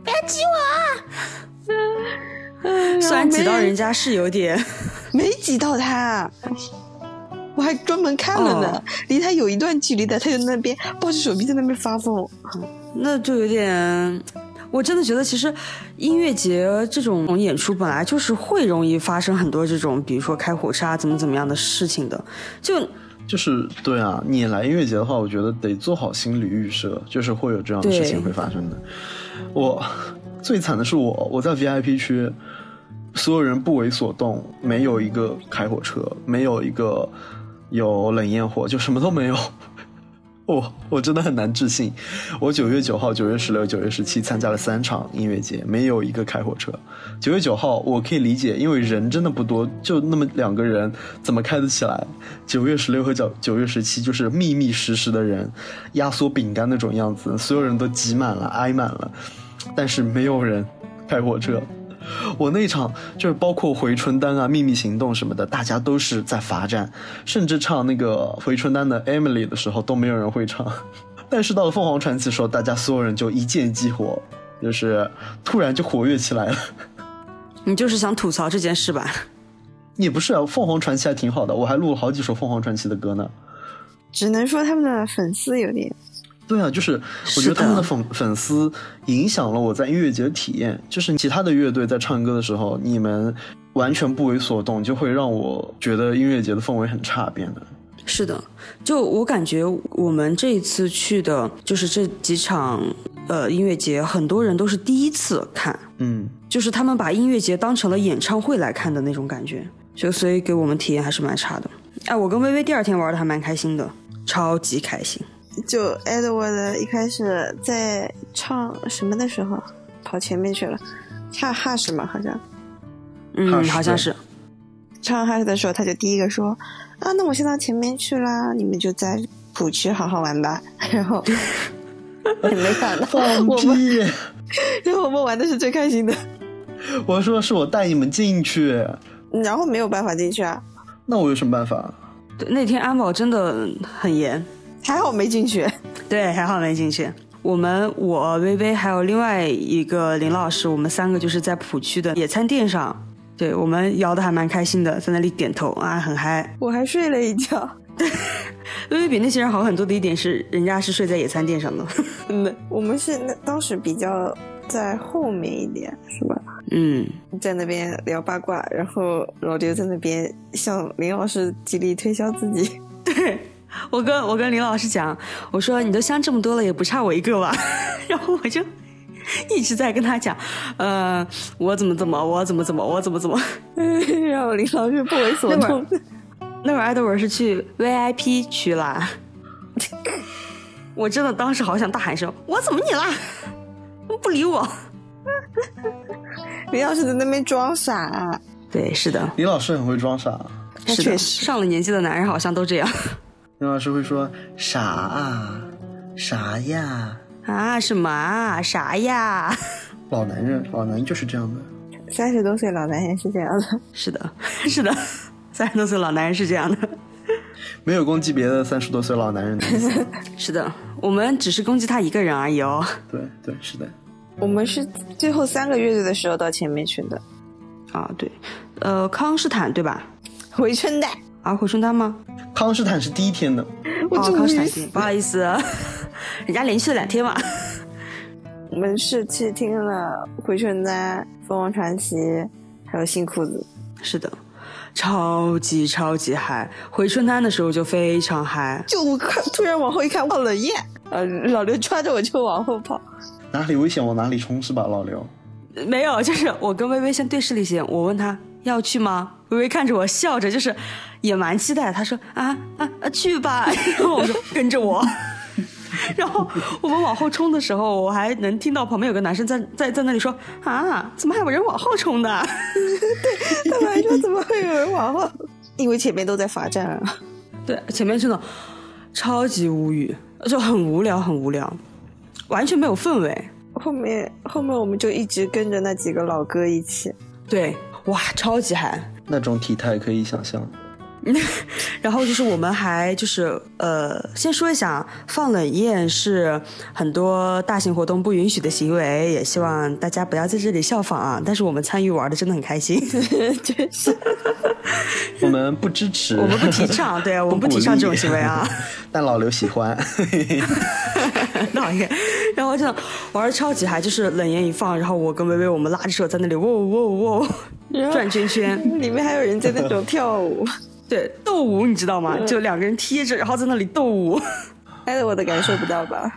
[SPEAKER 2] 不要挤我啊！
[SPEAKER 3] 虽然挤到
[SPEAKER 5] 没
[SPEAKER 3] 人家是有点，
[SPEAKER 5] 没挤到他，我还专门看了呢，
[SPEAKER 3] 哦
[SPEAKER 5] 离他有一段距离的，他就在那边抱着手臂在那边发疯。
[SPEAKER 3] 那就有点。我真的觉得，其实音乐节这种演出本来就是会容易发生很多这种，比如说开火车啊，怎么怎么样的事情的。就
[SPEAKER 4] 就是对啊，你来音乐节的话，我觉得得做好心理预设，就是会有这样的事情
[SPEAKER 3] 对
[SPEAKER 4] 会发生的。我最惨的是我， 我在 VIP 区，所有人不为所动，没有一个开火车，没有一个有冷焰火，就什么都没有。 我我真的很难置信，我九月九号、九月十六、九月十七参加了三场音乐节，没有一个开火车。九月九号我可以理解，因为人真的不多，就那么两个人，怎么开得起来？九月十六和九九月十七就是密密实实的人，压缩饼干那种样子，所有人都挤满了，挨满了，但是没有人开火车。 我那一场就是包括回春丹啊、秘密行动什么的，大家都是在罚站，甚至唱那个回春丹的《Emily》的时候都没有人会唱， 但是到了凤凰传奇的时候，大家所有人就一键激活，就是突然就活跃起来了。
[SPEAKER 3] 你就是想吐槽这件事吧？
[SPEAKER 4] 也不是啊，凤凰传奇还挺好的，我还录了好几首凤凰传奇的歌呢。
[SPEAKER 5] 只能说他们的粉丝有点，
[SPEAKER 4] 对啊，就是我觉
[SPEAKER 3] 是
[SPEAKER 4] 得
[SPEAKER 3] 的
[SPEAKER 4] 他们的粉粉丝影响了我在音乐节的体验。就是其他的乐队在唱歌的时候，你们完全不为所动，就会让我觉得音乐节的氛围很差，变得。
[SPEAKER 3] 是的，就我感觉我们这一次去的，就是这几场呃音乐节，很多人都是第一次看，
[SPEAKER 4] 嗯，
[SPEAKER 3] 就是他们把音乐节当成了演唱会来看的那种感觉，就所以给我们体验还是蛮差的。哎，我跟微微第二天玩的还蛮开心的，超级开心。
[SPEAKER 5] 就 Edward 一开始在唱什么的时候跑前面去了，唱 Hush 嘛，好像
[SPEAKER 4] 哈
[SPEAKER 3] 嗯，
[SPEAKER 4] 是
[SPEAKER 3] 好像是，
[SPEAKER 5] 唱 Hush 的时候，他就第一个说啊，那我先到前面去啦，你们就在普区好好玩吧。 然后也没想到
[SPEAKER 4] 放
[SPEAKER 5] 我们，
[SPEAKER 4] 屁！
[SPEAKER 5] 然后我们玩的是最开心的。
[SPEAKER 4] 我说是我带你们进去，
[SPEAKER 5] 然后没有办法进去啊，
[SPEAKER 4] 那我有什么办法？
[SPEAKER 3] 对那天安保真的很严，
[SPEAKER 5] 还好没进去。
[SPEAKER 3] 对，还好没进去。我们我薇薇还有另外一个林老师，我们三个就是在浦区的野餐垫上，对我们摇的还蛮开心的，在那里点头啊，很嗨。
[SPEAKER 5] 我还睡了一觉，
[SPEAKER 3] 薇薇比那些人好很多的一点是，人家是睡在野餐垫上的。
[SPEAKER 5] 嗯，我们是那当时比较在后面一点，是吧？
[SPEAKER 3] 嗯，
[SPEAKER 5] 在那边聊八卦，然后老刘在那边向林老师极力推销自己。
[SPEAKER 3] 对我跟我跟林老师讲，我说你都香这么多了，也不差我一个吧。 然后我就一直在跟他讲，呃，我怎么怎么，我怎么怎么，我怎么怎么。
[SPEAKER 5] 然后林老师不为所
[SPEAKER 3] 那会
[SPEAKER 5] 动
[SPEAKER 3] 儿。那会儿爱德文是去 VIP 区啦，我真的当时好想大喊一声：“我怎么你啦？”不理我。
[SPEAKER 5] 林老师在那边装傻、
[SPEAKER 3] 对，是的，
[SPEAKER 4] 李老师很会装傻，
[SPEAKER 5] 那
[SPEAKER 3] 是的
[SPEAKER 5] 确实
[SPEAKER 3] 上了年纪的男人好像都这样
[SPEAKER 4] 李老师会说啥啊，啥呀，
[SPEAKER 3] 啊？什么啊？啥呀？
[SPEAKER 4] 老男人，老男人就是这样的。
[SPEAKER 5] 三十多岁老男人是这样的。
[SPEAKER 3] 是的，是的， 三十多岁老男人是这样的。
[SPEAKER 4] 没有攻击别的三十多岁老男人的意思。
[SPEAKER 3] 是的，我们只是攻击他一个人而已哦。
[SPEAKER 4] 对对，是的。
[SPEAKER 5] 我们是最后三个乐队的时候到前面去的，
[SPEAKER 3] 啊，对，呃，康斯坦对吧？
[SPEAKER 5] 回春带。
[SPEAKER 3] 啊，回春丹吗？
[SPEAKER 4] 康斯坦是第一天的，
[SPEAKER 5] 我
[SPEAKER 3] 哦，
[SPEAKER 5] 终
[SPEAKER 3] 康斯
[SPEAKER 5] 于
[SPEAKER 3] 坦
[SPEAKER 5] 死
[SPEAKER 3] 行，不好意思，人家连续了两天嘛。
[SPEAKER 5] 我们是去听了回春丹、凤凰传奇，还有新裤子。
[SPEAKER 3] 是的，超级超级嗨！回春丹的时候就非常嗨，
[SPEAKER 5] 就我看突然往后一看，哇，冷艳！呃，老刘抓着我就往后跑。
[SPEAKER 4] 哪里危险往哪里冲是吧，老刘？
[SPEAKER 3] 没有，就是我跟微微先对视了一些，我问他要去吗？微微看着我笑着，就是也蛮期待。他说啊啊啊，去吧！ 然后我说跟着我。 然后我们往后冲的时候，我还能听到旁边有个男生在在在那里说啊，怎么还有人往后冲的？
[SPEAKER 5] 他们还说怎么会有人往后？因为前面都在罚站啊。
[SPEAKER 3] 对，前面真的超级无语，就很无聊，很无聊，完全没有氛围。
[SPEAKER 5] 后面后面我们就一直跟着那几个老哥一起，
[SPEAKER 3] 对，哇，超级嗨！
[SPEAKER 4] 那种体态可以想象。
[SPEAKER 3] 然后就是我们还就是呃，先说一下，啊，放冷艳是很多大型活动不允许的行为，也希望大家不要在这里效仿啊。但是我们参与玩的真的很开心，
[SPEAKER 5] 真是
[SPEAKER 4] 我们不支持，
[SPEAKER 3] 我们不提 倡对啊我们不
[SPEAKER 4] 鼓
[SPEAKER 3] 提倡
[SPEAKER 4] 励
[SPEAKER 3] 这种行为啊。
[SPEAKER 4] 但老刘喜欢，
[SPEAKER 3] 导演，然后真的玩的超级嗨，就是冷艳一放，然后我跟薇薇我们拉着手在那里喔喔喔
[SPEAKER 5] 然后
[SPEAKER 3] 转圈圈。
[SPEAKER 5] 里面还有人在那种跳舞，
[SPEAKER 3] 对，斗舞你知道吗？就两个人贴着，然后在那里斗舞。
[SPEAKER 5] 艾哎得我的感受不到吧？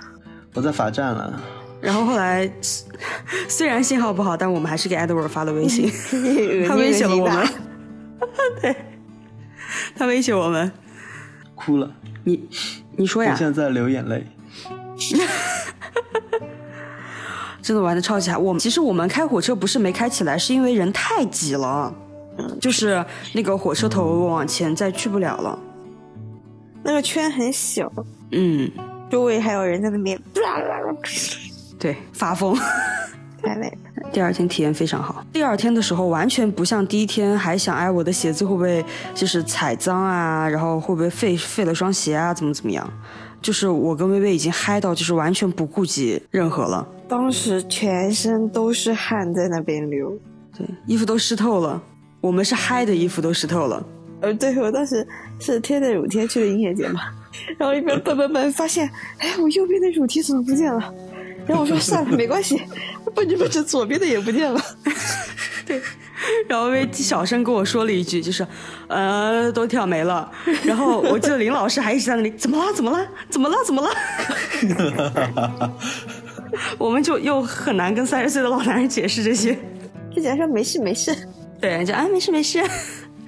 [SPEAKER 4] 我在罚站了。
[SPEAKER 3] 然后后来， 虽虽然信号不好，但我们还是给 Edward 发了微信，他
[SPEAKER 5] 他
[SPEAKER 3] 威胁了我们，对，他威胁我们。
[SPEAKER 4] 哭了，
[SPEAKER 3] 你啊你说
[SPEAKER 4] 我
[SPEAKER 3] 呀
[SPEAKER 4] 现，在在流眼泪。
[SPEAKER 3] 真的玩的超级嗨。我们其实我们开火车不是没开起来，是因为人太挤了，就是那个火车头往前再去不了了。
[SPEAKER 5] 那个圈很小，
[SPEAKER 3] 嗯，
[SPEAKER 5] 周围还有人在那边，
[SPEAKER 3] 对，发疯。
[SPEAKER 5] 太累了。
[SPEAKER 3] 第二天体验非常好。第二天的时候，完全不像第一天，还想哎我的鞋子会不会就是踩脏啊，然后会不会废废了双鞋啊，怎么怎么样？就是我跟薇薇已经嗨到，就是完全不顾及任何了，
[SPEAKER 5] 当时全身都是汗在那边流，
[SPEAKER 3] 对，衣服都湿透了。我们是嗨的衣服都湿透了，
[SPEAKER 5] 呃，对我当时是贴着乳贴去的音乐节嘛， 然后一边蹦蹦蹦，发现，哎，我右边的乳贴怎么不见了？然后我说算了，没关系， 蹦着蹦着左边的也不见了。
[SPEAKER 3] 然后薇薇小声跟我说了一句，就是，呃，都跳没了。然后我记得林老师还一直在那里，怎么啦？怎么啦？怎么啦？怎么啦？ 我们就又很难跟三十岁的老男人解释这些。
[SPEAKER 5] 之前说没事没事，
[SPEAKER 3] 对，就啊，没事没事。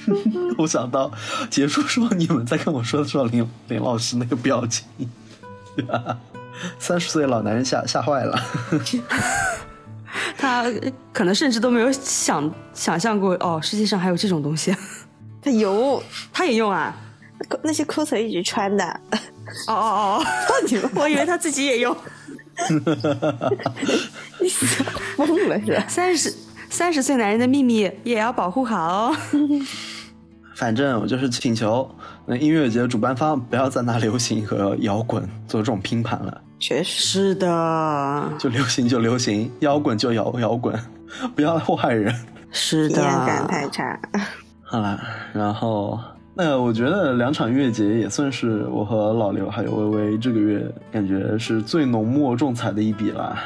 [SPEAKER 4] 我想到结束说你们在跟我说的时候，林林老师那个表情， 三十岁老男人吓吓坏了。
[SPEAKER 3] 他可能甚至都没有想想象过，哦，世界上还有这种东西，
[SPEAKER 5] 他有
[SPEAKER 3] 他也用啊？
[SPEAKER 5] 那些 coser 一直穿的，
[SPEAKER 3] 哦哦 哦，我以为他自己也用。
[SPEAKER 5] 疯了是吧？
[SPEAKER 3] 三十三十岁男人的秘密也要保护好哦。
[SPEAKER 4] 反正我就是请求，那音乐节主办方不要再拿流行和摇滚做这种拼盘了，
[SPEAKER 5] 确 实，
[SPEAKER 3] 是的，
[SPEAKER 4] 就流行就流行，摇滚就摇摇滚，不要祸害人。
[SPEAKER 3] 是
[SPEAKER 5] 体
[SPEAKER 3] 的，
[SPEAKER 5] 验感太差。
[SPEAKER 4] 好啦，然后那我觉得两场音乐节也算是我和老刘还有微微这个月感觉是最浓墨重彩的一笔啦。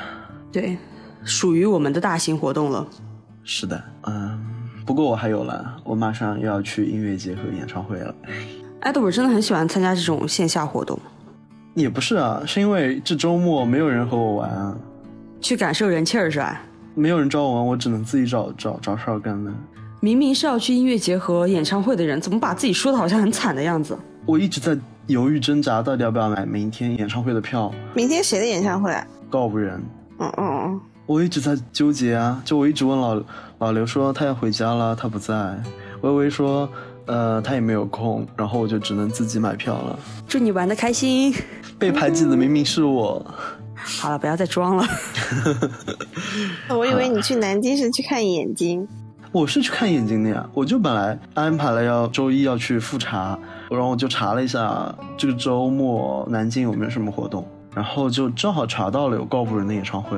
[SPEAKER 3] 对，属于我们的大型活动了。
[SPEAKER 4] 是的，嗯，不过我还有啦，我马上又要去音乐节和演唱会了。
[SPEAKER 3] 艾德，我真的很喜欢参加这种线下活动，
[SPEAKER 4] 也不是啊，是因为这周末没有人和我玩啊，
[SPEAKER 3] 去感受人气儿是吧？
[SPEAKER 4] 没有人找我玩，我只能自己找找找事儿干了。
[SPEAKER 3] 明明是要去音乐节和演唱会的人，怎么把自己说的好像很惨的样子？
[SPEAKER 4] 我一直在犹豫挣扎，到底要不要买明天演唱会的票，
[SPEAKER 5] 明天谁的演唱会啊？
[SPEAKER 4] 告五人。
[SPEAKER 5] 嗯嗯嗯，
[SPEAKER 4] 我一直在纠结啊，就我一直问老老刘说他要回家了，他不在。微微说，呃，他也没有空，然后我就只能自己买票了。
[SPEAKER 3] 祝你玩的开心。
[SPEAKER 4] 被排挤的明明是我，
[SPEAKER 3] 好了，不要再装了。
[SPEAKER 5] 嗯我以为你去南京是去看眼睛，
[SPEAKER 4] 我是去看眼睛的呀。我就本来安排了要周一要去复查，然后我就查了一下这个周末南京有没有什么活动，然后就正好查到了有告五人的演唱会。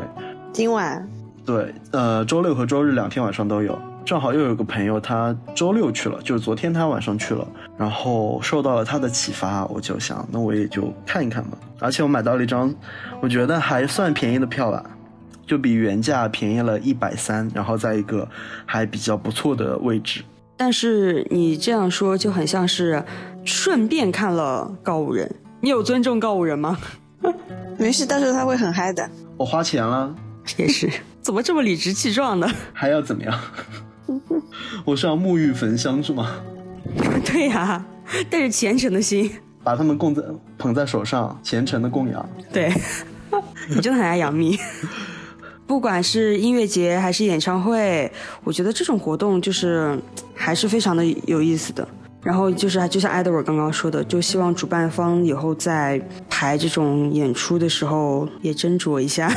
[SPEAKER 5] 今晚
[SPEAKER 4] 对，呃，周六和周日两天晚上都有。正好又有个朋友，他周六去了，就是昨天他晚上去了，然后受到了他的启发，我就想，那我也就看一看吧。而且我买到了一张，我觉得还算便宜的票吧，就比原价便宜了一百三，然后在一个还比较不错的位置。
[SPEAKER 3] 但是你这样说就很像是顺便看了告五人。你有尊重告五人吗？
[SPEAKER 5] 没事，到时候他会很嗨的。
[SPEAKER 4] 我花钱了，
[SPEAKER 3] 也是， 怎么这么理直气壮 呢？
[SPEAKER 4] 还要怎么样？ 我是要沐浴焚香是吗？
[SPEAKER 3] 对呀、带着虔诚的心，
[SPEAKER 4] 把他们供在捧在手上，虔诚的供养。
[SPEAKER 3] 对，你真的很爱杨幂。不管是音乐节还是演唱会，我觉得这种活动就是还是非常的有意思的。然后就是，就像艾德尔刚刚说的，就希望主办方以后在排这种演出的时候也斟酌一下，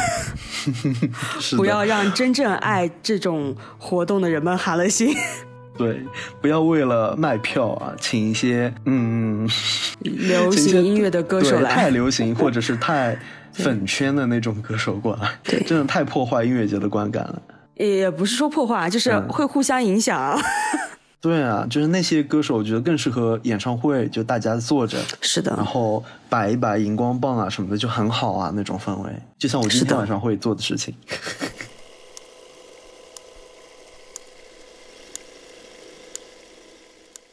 [SPEAKER 4] 是的
[SPEAKER 3] 不要让真正爱这种活动的人们寒了 心。
[SPEAKER 4] 对，不要为了卖票啊，请一些嗯，
[SPEAKER 3] 流
[SPEAKER 4] 请一些
[SPEAKER 3] 行音乐的歌手
[SPEAKER 4] 对太
[SPEAKER 3] 来，
[SPEAKER 4] 流行或者 是太粉圈的那种歌手过来，
[SPEAKER 3] 对
[SPEAKER 4] 真的太破坏音乐节的观感了。
[SPEAKER 3] 也不是说破坏，啊就是
[SPEAKER 4] 嗯
[SPEAKER 3] 会互相影响 啊。
[SPEAKER 4] 对啊，就是那些歌手，我觉得更适合演唱会，就大家坐着，
[SPEAKER 3] 是的
[SPEAKER 4] 然后摆一摆荧光棒啊什么的，就很好啊那种氛围。就像我今
[SPEAKER 3] 是的
[SPEAKER 4] 天晚上会做的事情。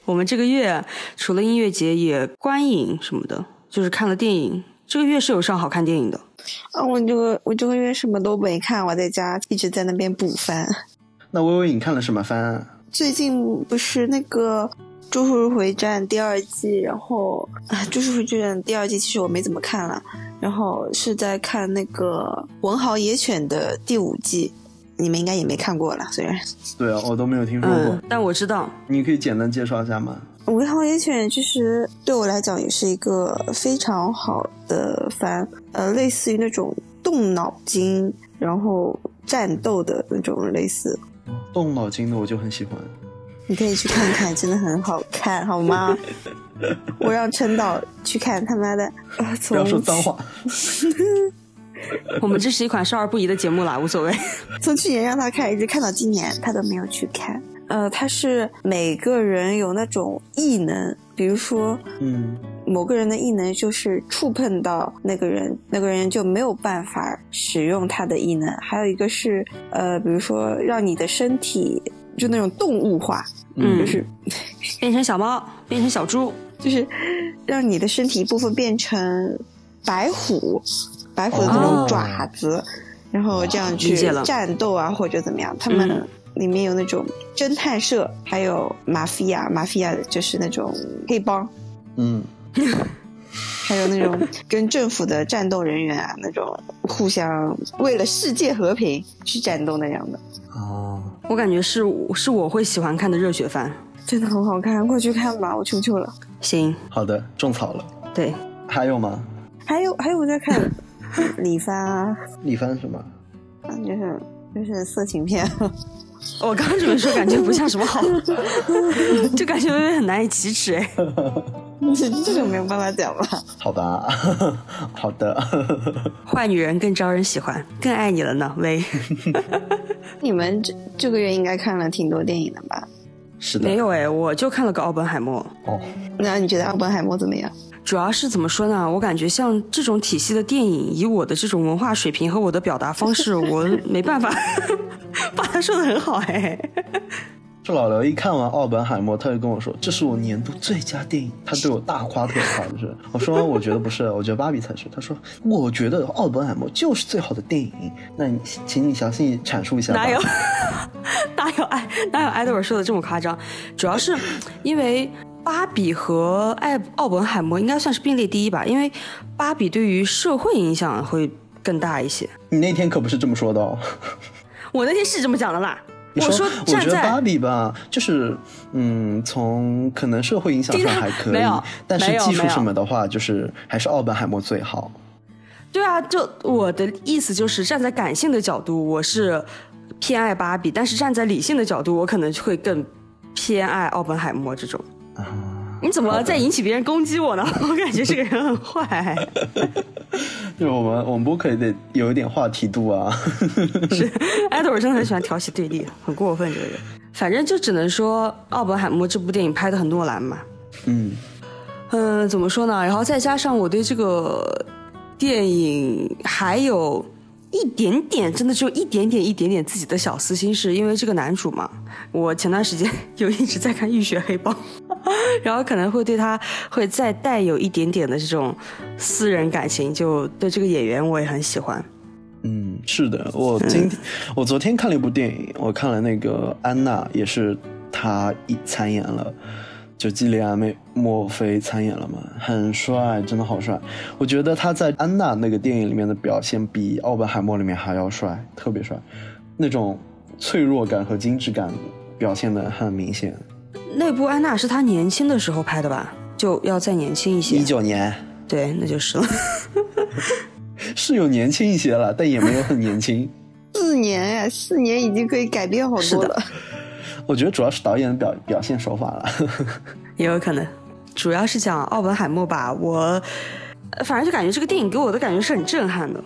[SPEAKER 3] 我们这个月除了音乐节，也观影什么的，就是看了电影。这个月是有上好看电影的，
[SPEAKER 5] 啊，我这个我这个月什么都没看，我在家一直在那边补番。
[SPEAKER 4] 那微微，你看了什么番、啊？
[SPEAKER 5] 最近不是那个《咒术回战》第二季，然后啊，《咒术回战》第二季其实我没怎么看了，然后是在看那个《文豪野犬》的第五季，你们应该也没看过了，虽然。
[SPEAKER 4] 对啊，我都没有听说过，
[SPEAKER 3] 嗯，但我知道，
[SPEAKER 4] 你可以简单介绍一下吗？
[SPEAKER 5] 《无号野犬》其实对我来讲也是一个非常好的番，呃，类似于那种动脑筋，然后战斗的那种类似，
[SPEAKER 4] 动脑筋的我就很喜欢。
[SPEAKER 5] 你可以去看看，真的很好看，好吗？我让陈导去看，他妈的，啊
[SPEAKER 4] 不
[SPEAKER 5] 从
[SPEAKER 4] 要说脏话。
[SPEAKER 3] 我们这是一款少儿不宜的节目啦，无 所谓。
[SPEAKER 5] 从去年让他看，一直看到今年，他都没有去看。呃，他是每个人有那种异能，比如说
[SPEAKER 4] 嗯，
[SPEAKER 5] 某个人的异能就是触碰到那个人，那个人就没有办法使用他的异能。还有一个是，呃，比如说让你的身体就那种动物化，
[SPEAKER 3] 嗯，
[SPEAKER 5] 就是
[SPEAKER 3] 变成小猫，变成小猪，
[SPEAKER 5] 就是让你的身体一部分变成白虎，白虎的那
[SPEAKER 3] 哦
[SPEAKER 5] 种爪子，然后这样去
[SPEAKER 3] 理解了
[SPEAKER 5] 战斗啊或者怎么样。他们
[SPEAKER 3] 嗯
[SPEAKER 5] 里面有那种侦探社，还有马菲亚，马菲亚就是那种黑帮。
[SPEAKER 4] 嗯，
[SPEAKER 5] 还有 那种跟政府的战斗人员啊，那种互相为了世界和平去战斗那样的，
[SPEAKER 4] 哦，
[SPEAKER 3] 我感觉是是我会喜欢看的热血番。
[SPEAKER 5] 真的很好看，快去看吧，我求求了。
[SPEAKER 3] 行，
[SPEAKER 4] 好的，种草了。
[SPEAKER 3] 对，
[SPEAKER 4] 还有吗？
[SPEAKER 5] 还有还有我 在看李帆啊，
[SPEAKER 4] 李帆什么？
[SPEAKER 5] 就是就是色情片，
[SPEAKER 3] 哦我刚刚准备说感觉不像什么 好，就感觉微微很难以启齿哎。
[SPEAKER 5] 这种没有办法讲吧？
[SPEAKER 4] 好吧， 好的，
[SPEAKER 3] 坏女人更招人喜欢，更爱你了呢， 微。
[SPEAKER 5] 你们这这个月应该看了挺多电影的吧？
[SPEAKER 4] 是的，
[SPEAKER 3] 没有哎，我就看了个奥本海默。
[SPEAKER 4] 哦，
[SPEAKER 5] 那你觉得《奥本海默》怎么样？
[SPEAKER 3] 主要是怎么说呢？我感觉像这种体系的电影，以我的这种文化水平和我的表达方 式，我没办法 把它说的很好哎。
[SPEAKER 4] 这老刘一看完《奥本海默》，他就跟我说：“这是我年度最佳电影。”他对我大夸特夸，就是我说：“我觉得不是，我 觉得芭比才是。”他说：“我觉得《奥本海默》就是最好的电影。”那你请你详细阐述一下吧。
[SPEAKER 3] 哪有 哪有埃哪有埃德尔说的这么夸张？主要是因为芭比和艾奥本海默应该算是并列第一吧，因为芭比对于社会影响会更大一些。
[SPEAKER 4] 你那天可不是这么说的哦。
[SPEAKER 3] 我那天是这么讲的啦，
[SPEAKER 4] 你
[SPEAKER 3] 我说
[SPEAKER 4] 我
[SPEAKER 3] 站
[SPEAKER 4] 觉得芭
[SPEAKER 3] 在。
[SPEAKER 4] 比吧，就是嗯，从可能社会影响上还可
[SPEAKER 3] 没
[SPEAKER 4] 以
[SPEAKER 3] 有，
[SPEAKER 4] 但是
[SPEAKER 3] 没有
[SPEAKER 4] 技术
[SPEAKER 3] 没有
[SPEAKER 4] 什么的话，就是还是奥本海默最好。
[SPEAKER 3] 对啊，就我的意思就是站在感性的角度，我是偏爱芭比，但是站在理性的角度，我可能会更偏爱奥本海默这种。你怎么在引起别人攻击我呢？ 我感觉这个人很坏。
[SPEAKER 4] 就是我们我们播客也得有一点话题度啊。
[SPEAKER 3] 是，艾德尔真的很喜欢挑起对立，很过分这个人。反正就只能说，奥本海默这部电影拍的很诺兰嘛。
[SPEAKER 4] 嗯，
[SPEAKER 3] 嗯，怎么说呢？然后再加上我对这个电影还有一点点，真的只有一点点、一点点自己的小私心是，因为这个男主嘛，我前段时间 有一直在看《浴血黑帮》， 然后可能会对他会再带有一点点的这种私人感情，就对这个演员我也很喜欢。
[SPEAKER 4] 嗯，是的，我今天、我昨天看了一部电影，我看了那个安娜，也是她一参演了，就基里安妹莫菲参演了嘛，很帅，真的好帅。我觉得他在安娜那个电影里面的表现比奥本海默里面还要帅，特别帅，那种脆弱感和精致感表现的很明显。
[SPEAKER 3] 那部《安娜》是他年轻的时候拍的吧？就要再年轻一些
[SPEAKER 4] 一。九年
[SPEAKER 3] 对，那就是了。
[SPEAKER 4] 是有年轻一些了，但也没有很年轻。
[SPEAKER 5] 四年哎，四年已经可以改变好
[SPEAKER 3] 是
[SPEAKER 5] 多
[SPEAKER 3] 的
[SPEAKER 5] 了。
[SPEAKER 4] 我觉得主要是导演的表表现手法了。
[SPEAKER 3] 也有可能，主要是讲奥本海默吧。我呃反正就感觉这个电影给我的感觉是很震撼的。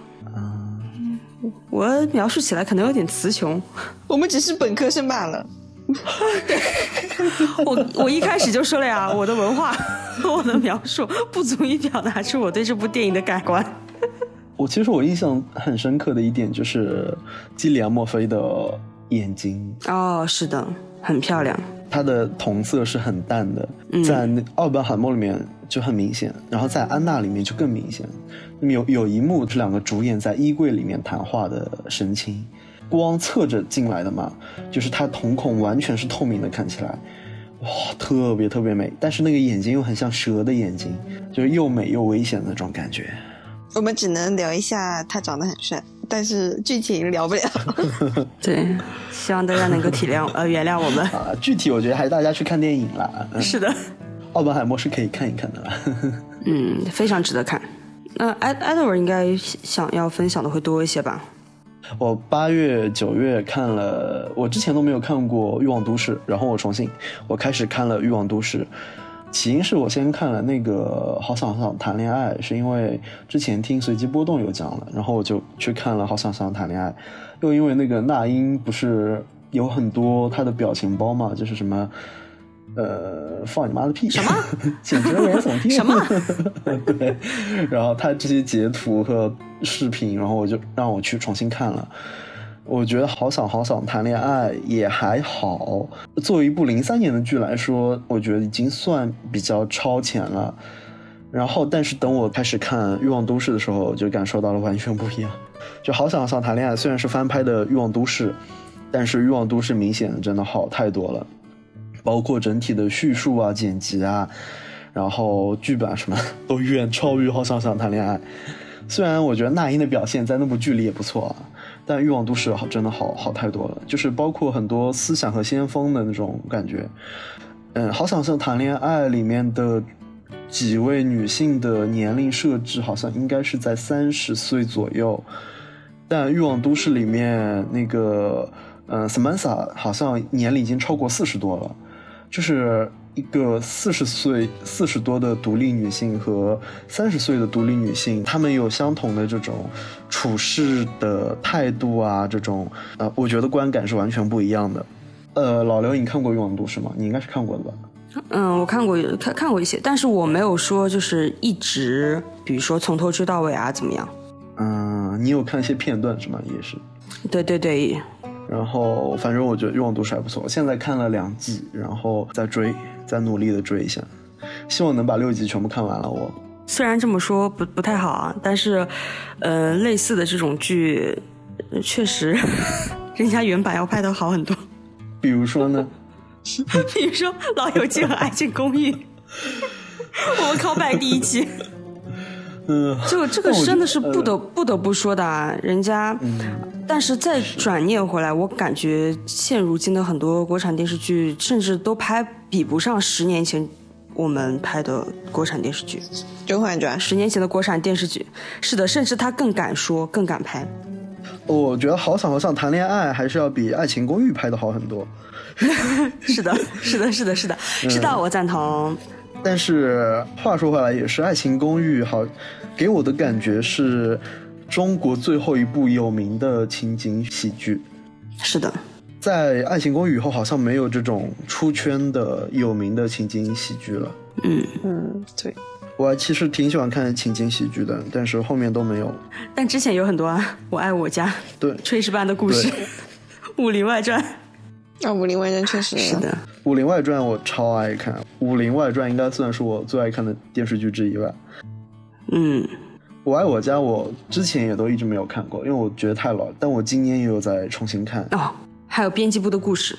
[SPEAKER 3] 我描述起来可能有点词穷，
[SPEAKER 5] 我们只是本科生罢了。
[SPEAKER 3] 我我一开始就说了呀，我的文化 和我的描述不足以表达出我对这部电影的感官。
[SPEAKER 4] 我其实我印象很深刻的一点就是基里安·墨菲的眼睛，
[SPEAKER 3] 哦，是的，很漂亮。
[SPEAKER 4] 它的瞳色是很淡的，在那《奥本海默》里面就很明显，然后在《安娜》里面就更明显。那么有有一幕是两个主演在衣柜里面谈话的神情，光侧着进来的嘛，就是他瞳孔完全是透明的，看起来。哇，特别特别美，但是那个眼睛又很像蛇的眼睛，就是又美又危险的那种感觉。
[SPEAKER 5] 我们只能聊一下他长得很帅，但是剧情聊 不了。
[SPEAKER 3] 对，希望大家能够体 谅呃原谅我们。
[SPEAKER 4] 啊，具体我觉得还是大家去看电影啦。嗯
[SPEAKER 3] 是的，
[SPEAKER 4] 奥本海默是可以看一看的啦。
[SPEAKER 3] 嗯，非常值得看。那艾艾德尔应该想要分享的会多一些吧？
[SPEAKER 4] 我八月、九月看了，我之前都没有看过《欲望都市》，然后我重新我开始看了《欲望都市》。起因是我先看了那个《好想好想谈恋爱》，是因为之前听随机波动有讲了，然后我就去看了《好想好想谈恋爱》，又因为那个那英不是有很多她的表情包嘛，就是什么。呃，放你妈的屁！什么？ 简直危言耸听！什么？ 对，然后他这些截图和视频，然后我就让我去重新看了。我觉得《好想好想谈恋爱》也还好，作为一部零三年的剧来说，我觉得已经算比较超前了。然后，但是等我开始看《欲望都市》的时候，我就感受到了完全不一样。就好想想谈恋爱，虽然是翻拍的《欲望都市》，但是《欲望都市》明显的真的好太多了，包括整体的叙述啊、剪辑啊，然后剧本啊什么的都远超于《好想想谈恋爱》。虽然我觉得那英的表现在那部剧里也不错啊，但《欲望都市》好真的好好太多了，就是包括很多思想和先锋的那种感觉。嗯，《好想想谈恋爱》里面的几位女性的年龄设置好像应该是在三十岁左右，但《欲望都市》里面那个呃，Samantha 好像年龄已经超过四十多了，就是一个四十岁、四十多的独立女性和三十岁的独立女性，她们有相同的这种处事的态度啊，这种呃，我觉得观感是完全不一样的。呃，老刘，你看过《欲望都市》吗？你应该是看过的吧？
[SPEAKER 3] 嗯，我看过看看过一些，但是我没有说就是一直，比如说从头追到尾啊，怎么样？
[SPEAKER 4] 嗯、你有看一些片段是吗？也是。
[SPEAKER 3] 对对对，
[SPEAKER 4] 然后反正我觉得《欲望都市》还不错，我现在看了两季，然后再追，再努力的追一下，希望能把六集全部看完了我。
[SPEAKER 3] 虽然这么说不不太好啊，但是，呃，类似的这种剧，呃确实 人家原版要拍的好很多。
[SPEAKER 4] 比如说呢，
[SPEAKER 3] 比如说《老友记》和《爱情公寓》，我们 callback 第一期，
[SPEAKER 4] 嗯，
[SPEAKER 3] 这个这个真的是不得不得不说的啊，人家。但是再转念回来，我感觉现如今的很多国产电视剧，甚至都拍比不上十年前我们拍的国产电视剧。
[SPEAKER 5] 《甄嬛传》
[SPEAKER 3] 十年前的国产电视剧，是的，甚至他更敢说，更敢拍。
[SPEAKER 4] 嗯呃我觉得《好想好想谈恋爱》还是要比《爱情公寓》拍的好很多。
[SPEAKER 3] 是的， 是的，是的，是的，是的，我赞同。
[SPEAKER 4] 但是话说回来，也是《爱情公寓》好，给我的感觉是中国最后一部有名的情景喜剧。
[SPEAKER 3] 是的，
[SPEAKER 4] 在《爱情公寓》以后，好像没有这种出圈的有名的情景喜剧了。
[SPEAKER 3] 嗯，
[SPEAKER 5] 嗯，对，
[SPEAKER 4] 我还其实挺喜欢看情景喜剧的，但是后面都没有。
[SPEAKER 3] 但之前有很多啊，《我爱我家》
[SPEAKER 4] 对，
[SPEAKER 3] 《炊事班的故事》《
[SPEAKER 4] 对
[SPEAKER 3] 武林外传
[SPEAKER 5] 那《武林外传》确实》
[SPEAKER 3] 是的，
[SPEAKER 4] 《武林外传》我超爱看，《武林外传》应该算是我最爱看的电视剧之一吧。
[SPEAKER 3] 嗯，
[SPEAKER 4] 我爱我家，我之前也都一直没有看过，因为我觉得太老。但我今年也有在重新看。
[SPEAKER 3] 哦，还有编辑部的故事。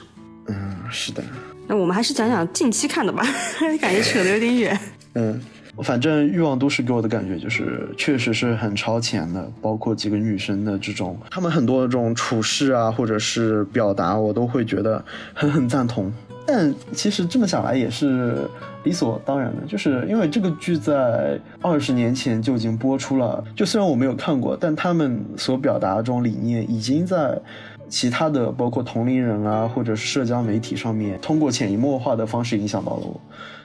[SPEAKER 4] 嗯，是的，
[SPEAKER 3] 那我们还是讲讲近期看的吧， 感觉扯得有点远。
[SPEAKER 4] 嗯，反正《欲望都市》给我的感觉就是，确实是很超前的，包括几个女生的这种，她们很多的这种处事啊，或者是表达，我都会觉得很很赞同。但其实这么想来也是理所当然的，就是因为这个剧在二十年前就已经播出了，就虽然我没有看过，但他们所表达的这种理念已经在其他的包括同龄人啊，或者是社交媒体上面，通过潜移默化的方式影响到了我，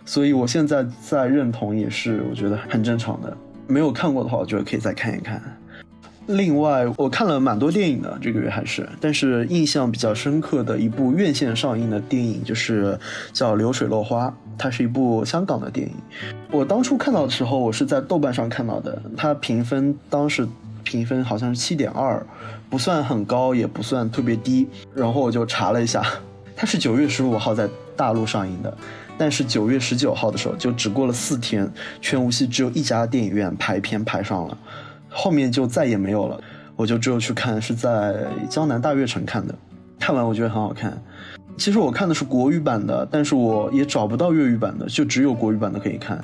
[SPEAKER 4] 所以我现在在认同也是我觉得很正常的。没有看过的话，我觉得可以再看一看。另外，我看了蛮多电影的，这个月还是，但是印象比较深刻的一部院线上映的电影就是叫《流水落花》，它是一部香港的电影。我当初看到的时候，我是在豆瓣上看到的，它评分当时评分好像是七点二，不算很高，也不算特别低。然后我就查了一下，它是九月十五号在大陆上映的，但是九月十九号的时候，就只过了四天，全无锡只有一家电影院排片排上了。后面就再也没有了。我就只有去看是在江南大悦城看的，看完我觉得很好看。其实我看的是国语版的，但是我也找不到粤语版的，就只有国语版的可以看，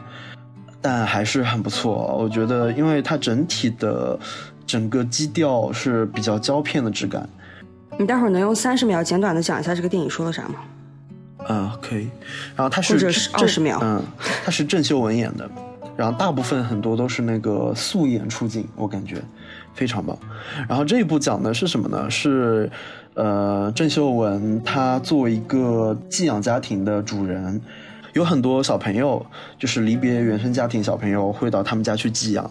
[SPEAKER 4] 但还是很不错。我觉得，因为它整体的整个基调是比较胶片的质感，
[SPEAKER 3] 你待会儿能用三十秒简短的讲一下这个电影说了啥吗？
[SPEAKER 4] 啊，可以。然后他是
[SPEAKER 3] 或者是
[SPEAKER 4] 郑
[SPEAKER 3] 20秒
[SPEAKER 4] 嗯，他是郑秀文演的，然后大部分很多都是那个素颜出镜，我感觉非常棒。然后这一部讲的是什么呢？是呃，郑秀文她作为一个寄养家庭的主人。有很多小朋友，就是离别原生家庭小朋友会到他们家去寄养，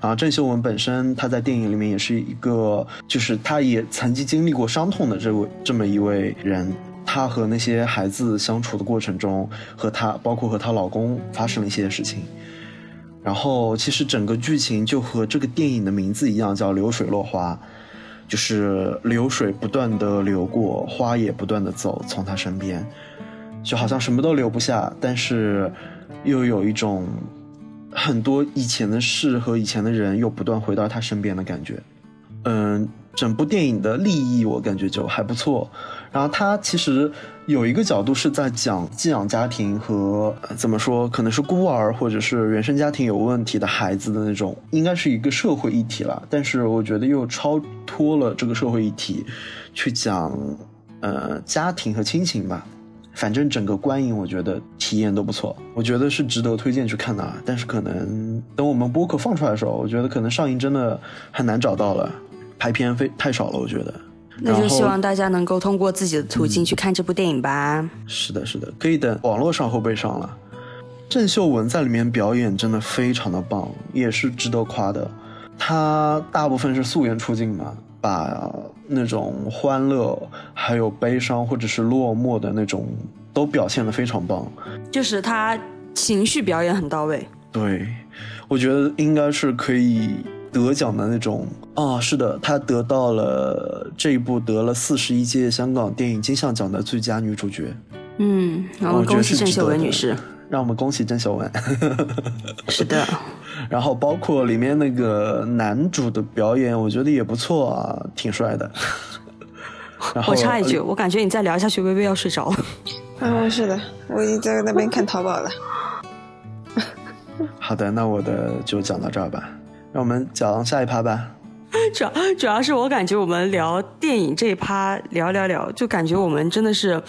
[SPEAKER 4] 然啊后郑秀文本身，她在电影里面也是一个，就是她也曾经经历过伤痛的这位这么一位人。她和那些孩子相处的过程中，和她包括和她老公发生了一些事情。然后，其实整个剧情就和这个电影的名字一样，叫《流水落花》，就是流水不断的流过，花也不断的走从她身边，就好像什么都留不下，但是又有一种很多以前的事和以前的人又不断回到他身边的感觉。嗯，整部电影的立意我感觉就还不错。然后它其实有一个角度是在讲寄养家庭和、呃怎么说，可能是孤儿或者是原生家庭有问题的孩子的那种，应该是一个社会议题了。但是我觉得又超脱了这个社会议题，去讲呃家庭和亲情吧。反正整个观影，我觉得体验都不错，我觉得是值得推荐去看的啊。但是可能等我们播客放出来的时候，我觉得可能上映真的很难找到了，排片非太少了，我觉得。
[SPEAKER 3] 那就
[SPEAKER 4] 然后嗯
[SPEAKER 3] 希望大家能够通过自己的途径去看这部电影吧。
[SPEAKER 4] 是的，是的，可以等网络上会不会上了？郑秀文在里面表演真的非常的棒，也是值得夸的。她大部分是素颜出镜嘛，把那种欢乐、还有悲伤或者是落寞的那种都表现得非常棒。
[SPEAKER 3] 就是他情绪表演很到位。
[SPEAKER 4] 对，我觉得应该是可以得奖的那种啊、是的，她得到了这一部得了四十一届香港电影金像奖的最佳女主角。
[SPEAKER 3] 嗯，我们
[SPEAKER 4] 哦我觉
[SPEAKER 3] 恭
[SPEAKER 4] 得
[SPEAKER 3] 喜
[SPEAKER 4] 是
[SPEAKER 3] 郑
[SPEAKER 4] 值
[SPEAKER 3] 秀
[SPEAKER 4] 得
[SPEAKER 3] 文
[SPEAKER 4] 的
[SPEAKER 3] 女士。
[SPEAKER 4] 让我们恭喜郑秀文。
[SPEAKER 3] 是的，
[SPEAKER 4] 然后包括里面那个男主的表演，我觉得也不错啊，挺 帅的。然后
[SPEAKER 3] 我插一句，，我感觉你再聊下去，微微要睡着了。
[SPEAKER 5] 嗯，是的，我已经在那边看淘 宝了。
[SPEAKER 4] 好的，那我的就讲到这儿吧，让我们讲下一趴吧。
[SPEAKER 3] 主要主要是我感觉我们聊电影这一趴聊聊聊，就感觉我们真的是，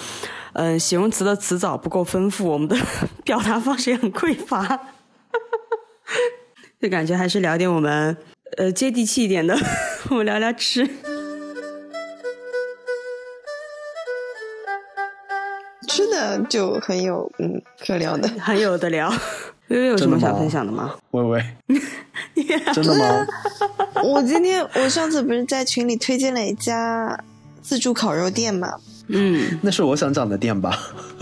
[SPEAKER 3] 嗯、形容词的词藻不够丰富，我们的 表达方式也很匮乏， 就感觉还是聊点我们呃接地气一点的，我们聊聊吃。
[SPEAKER 5] 吃的就很有嗯可聊 的，
[SPEAKER 3] 很有的聊。微微有什么
[SPEAKER 4] 真的吗
[SPEAKER 3] 想分享的吗？
[SPEAKER 4] 喂喂，真的吗？
[SPEAKER 5] 我今天我上次不是在群里推荐了一家自助烤肉店嘛？
[SPEAKER 3] 嗯，
[SPEAKER 4] 那是我想讲的店吧？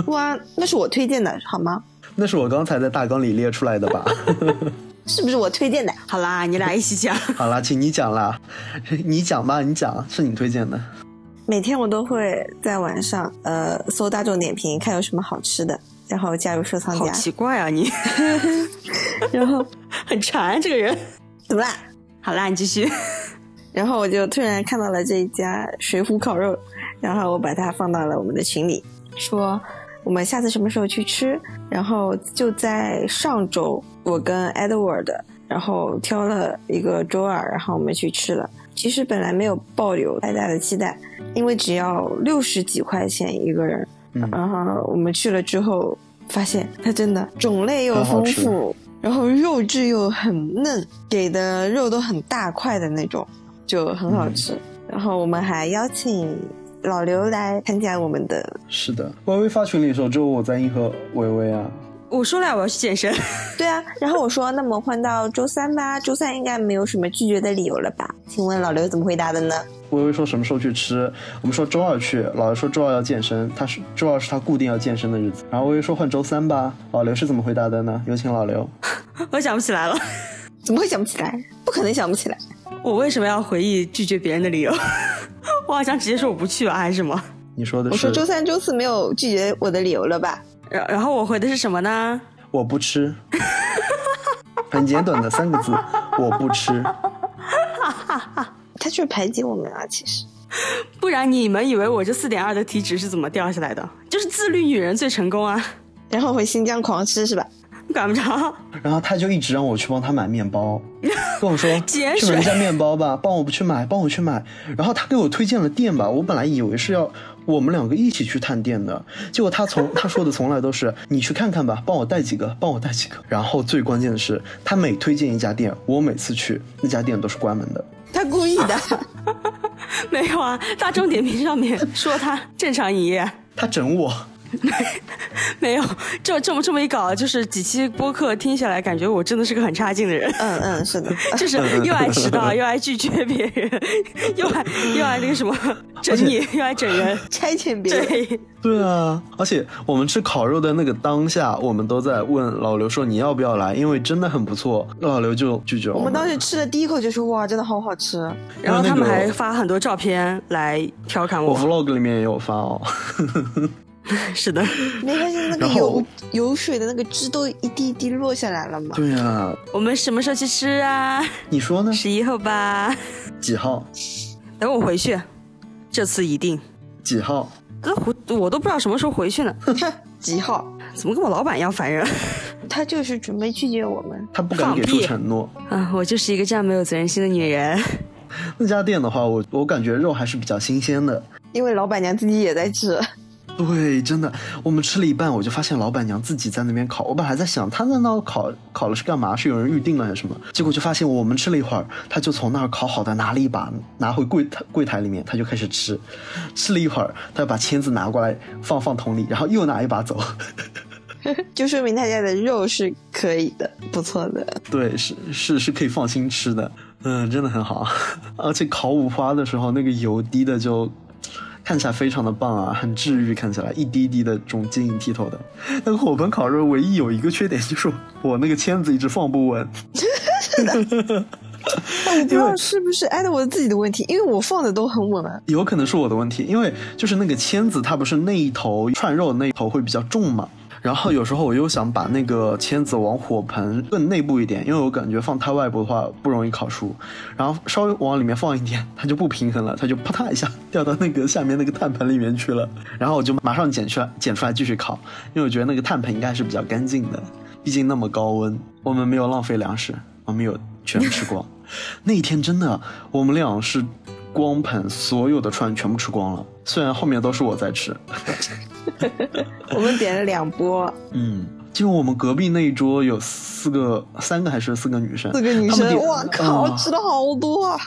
[SPEAKER 5] 哇，那是我推荐的好吗？
[SPEAKER 4] 那是我刚才在大纲里列出来的吧？
[SPEAKER 5] 是不是我推荐的？
[SPEAKER 3] 好啦，你俩一起讲。
[SPEAKER 4] 好啦，请你讲啦，你讲吧，你讲，是你推荐的。
[SPEAKER 5] 每天我都会在晚上呃搜大众点评看有什么好吃的，然后加入收藏
[SPEAKER 3] 好
[SPEAKER 5] 夹，
[SPEAKER 3] 奇怪啊，你
[SPEAKER 5] 然后
[SPEAKER 3] 很馋这个人。
[SPEAKER 5] 怎么啦？
[SPEAKER 3] 好啦，你继续。
[SPEAKER 5] 然后我就突然看到了这一家水浒烤肉，然后我把它放到了我们的群里，说我们下次什么时候去吃。然后就在上周，我跟 Edward，然后挑了一个周二，然后我们去吃了。其实本来没有抱有太大的期待，因为只要六十几块钱一个人。
[SPEAKER 4] 嗯
[SPEAKER 5] 然后我们去了之后，发现它真的种类又
[SPEAKER 4] 很好
[SPEAKER 5] 丰
[SPEAKER 4] 吃
[SPEAKER 5] 富，然后肉质又很嫩，给的肉都很大块的那种，就很好吃。然后我们还邀请老刘来参加我们的，
[SPEAKER 4] 是的，微微发群里的时候，只有我在应和微微啊。
[SPEAKER 3] 我说了，我要去健身。
[SPEAKER 5] 对啊。 然后我说，那么换到周三吧，周三应该没有什么拒绝的理由了吧？请问老刘怎么回答的呢？
[SPEAKER 4] 微微说什么时候去吃？我们说周二去，老刘说周二要健身，他是周二是他固定要健身的日子。然后微微说换周三吧，老刘是怎么回答的呢？有请老刘。
[SPEAKER 3] 我想不起来了，
[SPEAKER 5] 怎么会想不起来？不可能想不起来。
[SPEAKER 3] 我为什么要回忆拒绝别人的理由？ 我好像直接说我不去啊，还是什么？
[SPEAKER 4] 你说的
[SPEAKER 5] 我
[SPEAKER 4] 是
[SPEAKER 5] 说周三、周四没有拒绝我的理由了吧？
[SPEAKER 3] 然然后我回的是什么呢？
[SPEAKER 4] 我不吃，很简短的三个字，我不吃。
[SPEAKER 5] 他就是排挤我们啊，其实。
[SPEAKER 3] 不然你们以为我这四点二的体脂是怎么掉下来的？就是自律女人最成功啊，
[SPEAKER 5] 然后回新疆狂吃是吧？
[SPEAKER 3] 管不着。
[SPEAKER 4] 然后他就一直让我去帮他买面包， 跟我说
[SPEAKER 3] 节
[SPEAKER 4] 去
[SPEAKER 3] 水
[SPEAKER 4] 买一家面包吧，帮我不去买，帮我去买。然后他给我推荐了店吧，我本来以为是要我们两个一起去探店的，结果他从他说的从来都是 你去看看吧，帮我带几个，帮我带几个。然后最关键的是，他每推荐一家店，我每次去那家店都是关门的。
[SPEAKER 5] 他故意的。
[SPEAKER 3] 没有啊，大众点评上面说他正常营业。
[SPEAKER 4] 他整我，
[SPEAKER 3] 没有，这这么这么一搞，就是几期播客听下来，感觉我真的是个很差劲的人，
[SPEAKER 5] 嗯嗯，是 的。
[SPEAKER 3] 就是又爱迟到，又爱拒绝别人，又爱又爱那个什么整你，又爱整人。
[SPEAKER 5] 差遣别人。
[SPEAKER 3] 对，
[SPEAKER 4] 对啊，而且我们吃烤肉的那个当下，我们都在问老刘说你要不要来，因为真的很不错。老刘就拒绝了
[SPEAKER 5] 我
[SPEAKER 4] 我
[SPEAKER 5] 们当时吃了第一口就说哇，真的好好吃。啊
[SPEAKER 3] 然后他们
[SPEAKER 4] 那个
[SPEAKER 3] 还发很多照片来调侃
[SPEAKER 4] 我
[SPEAKER 3] 我。
[SPEAKER 4] vlog 里面也有发哦。
[SPEAKER 3] 是 的，
[SPEAKER 5] 没发现那个
[SPEAKER 4] 然后
[SPEAKER 5] 油油水的那个汁都一滴一滴落下来了吗？
[SPEAKER 4] 对啊，
[SPEAKER 3] 我们什么时候去吃啊？
[SPEAKER 4] 你说呢？
[SPEAKER 3] 十一号吧。
[SPEAKER 4] 几号？
[SPEAKER 3] 等我回去，这次一定。
[SPEAKER 4] 几号？
[SPEAKER 3] 这回我都不知道什么时候回去呢，
[SPEAKER 5] 几号？
[SPEAKER 3] 怎么跟我老板一样烦人？啊
[SPEAKER 5] 他就是准备拒绝我们。
[SPEAKER 4] 他不敢给
[SPEAKER 3] 放
[SPEAKER 4] 出
[SPEAKER 3] 屁
[SPEAKER 4] 承诺。
[SPEAKER 3] 啊，我就是一个这样没有责任心的女人。
[SPEAKER 4] 那家店的话，我我感觉肉还是比较新鲜的。
[SPEAKER 5] 因为老板娘自己也在吃，
[SPEAKER 4] 对，真的，我们吃了一半，我就发现老板娘自己在那边烤。我本来还在想，她在那儿烤烤了是干嘛？是有人预定了还是什么？结果就发现我们吃了一会儿，她就从那儿烤好的拿了一把，拿回柜台柜台里面，她就开始吃。吃了一会儿，她又把签子拿过来放放桶里，然后又拿一把走。
[SPEAKER 5] 就说明他家的肉是可以的，不错的。
[SPEAKER 4] 对，是是是可以放心吃的，嗯，真的很好。 而且烤五花的时候，那个油滴的就看起来非常的棒啊，很治愈，看起来一滴一滴的这种晶莹剔透的。但火盆烤肉唯一有一个缺点就是我那个签子一直放不稳，
[SPEAKER 5] 但我不知道是不是挨的我自己的问题，因为我放的都很稳啊。
[SPEAKER 4] 有可能是我的问题，因为就是那个签子它不是那一头串肉的那一头会比较重嘛。然后有时候我又想把那个签子往火盆更内部一点，因为我感觉放太外部的话不容易烤熟，然后稍微往里面放一点，它就不平衡了，它就啪嗒一下掉到那个下面那个炭盆里面去了。然后我就马上捡出来，捡出来继续烤，因为我觉得那个炭盆应该是比较干净的，毕竟那么高温，我们没有浪费粮食，我们有全吃光。 那一天真的，我们俩是光盘所有的串全部吃光了，虽然后面都是我在吃。
[SPEAKER 5] 我们点了两波，
[SPEAKER 4] 嗯，就我们隔壁那一桌有四个、三个还是四个女生，
[SPEAKER 5] 四个女
[SPEAKER 4] 她们
[SPEAKER 5] 生，
[SPEAKER 4] 点
[SPEAKER 5] 哇靠，
[SPEAKER 4] 啊
[SPEAKER 5] 吃了好多啊！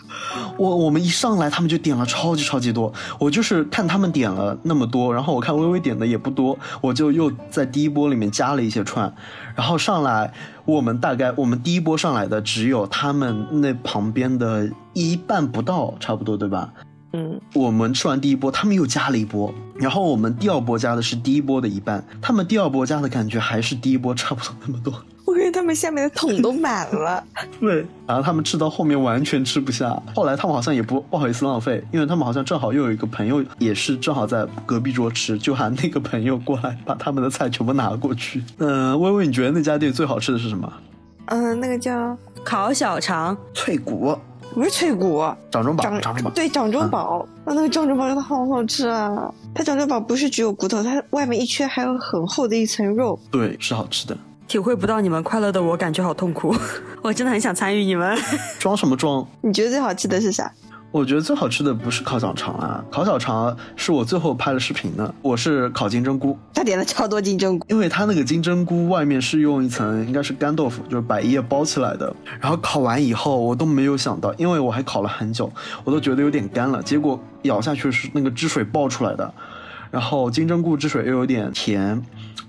[SPEAKER 4] 我我们一上来，他们就点了超级超级多。我就是看他们点了那么多，然后我看微微点的也不多，我就又在第一波里面加了一些串，然后上来我们大概我们第一波上来的只有他们那旁边的一半不到，差不多对吧？
[SPEAKER 5] 嗯，
[SPEAKER 4] 我们吃完第一波，他们又加了一波，然后我们第二波加的是第一波的一半，他们第二波加的感觉还是第一波差不多那么多。
[SPEAKER 5] 我感觉他们下面的桶都满了。
[SPEAKER 4] 对，然后他们吃到后面完全吃不下，后来他们好像也不不好意思浪费，因为他们好像正好又有一个朋友也是正好在隔壁桌吃，就喊那个朋友过来把他们的菜全部拿过 去。嗯、微微，你觉得那家店最好吃的是什么？
[SPEAKER 5] 嗯，那个叫
[SPEAKER 3] 烤小肠，
[SPEAKER 4] 脆骨
[SPEAKER 5] 不是脆骨，
[SPEAKER 4] 掌中宝，
[SPEAKER 5] 掌
[SPEAKER 4] 掌中宝，
[SPEAKER 5] 对掌中宝，啊，那个掌中宝真的好好吃啊！它掌中宝不是只有骨头，它外面一圈还有很厚的一层肉。
[SPEAKER 4] 对，是好吃的。
[SPEAKER 3] 体会不到你们快乐的我，感觉好痛苦。 我真的很想参与你们。
[SPEAKER 4] 装什么装？
[SPEAKER 5] 你觉得最好吃的是啥？
[SPEAKER 4] 我觉得最好吃的不是烤小肠啊，烤小肠是我最后拍了视频的，我是烤金针菇，
[SPEAKER 5] 他点了超多金针菇，
[SPEAKER 4] 因为它那个金针菇外面是用一层应该是干豆腐，就是百叶包起来的。然后烤完以后，我都没有想到，因为我还烤了很久，我都觉得有点干了。结果咬下去是那个汁水爆出来的，然后金针菇汁水又有点甜，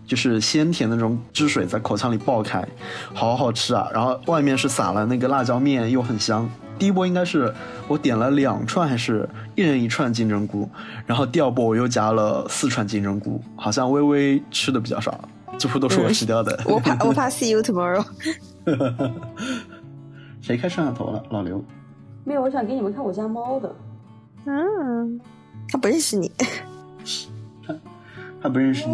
[SPEAKER 4] 就是鲜甜的那种汁水在口腔里爆开，好好吃啊！然后外面是撒了那个辣椒面，又很香。第一波应该是我点了两串，还是一人一串金针菇，然后第二波我又加了四串金针菇，好像微微吃的比较少，几乎都是我吃掉的。
[SPEAKER 5] 我怕我怕 see you tomorrow。
[SPEAKER 4] 谁开摄像头了？老刘。
[SPEAKER 3] 没有，我想给你们看我家猫的。
[SPEAKER 5] 嗯，他不认识你，
[SPEAKER 4] 他不认识你，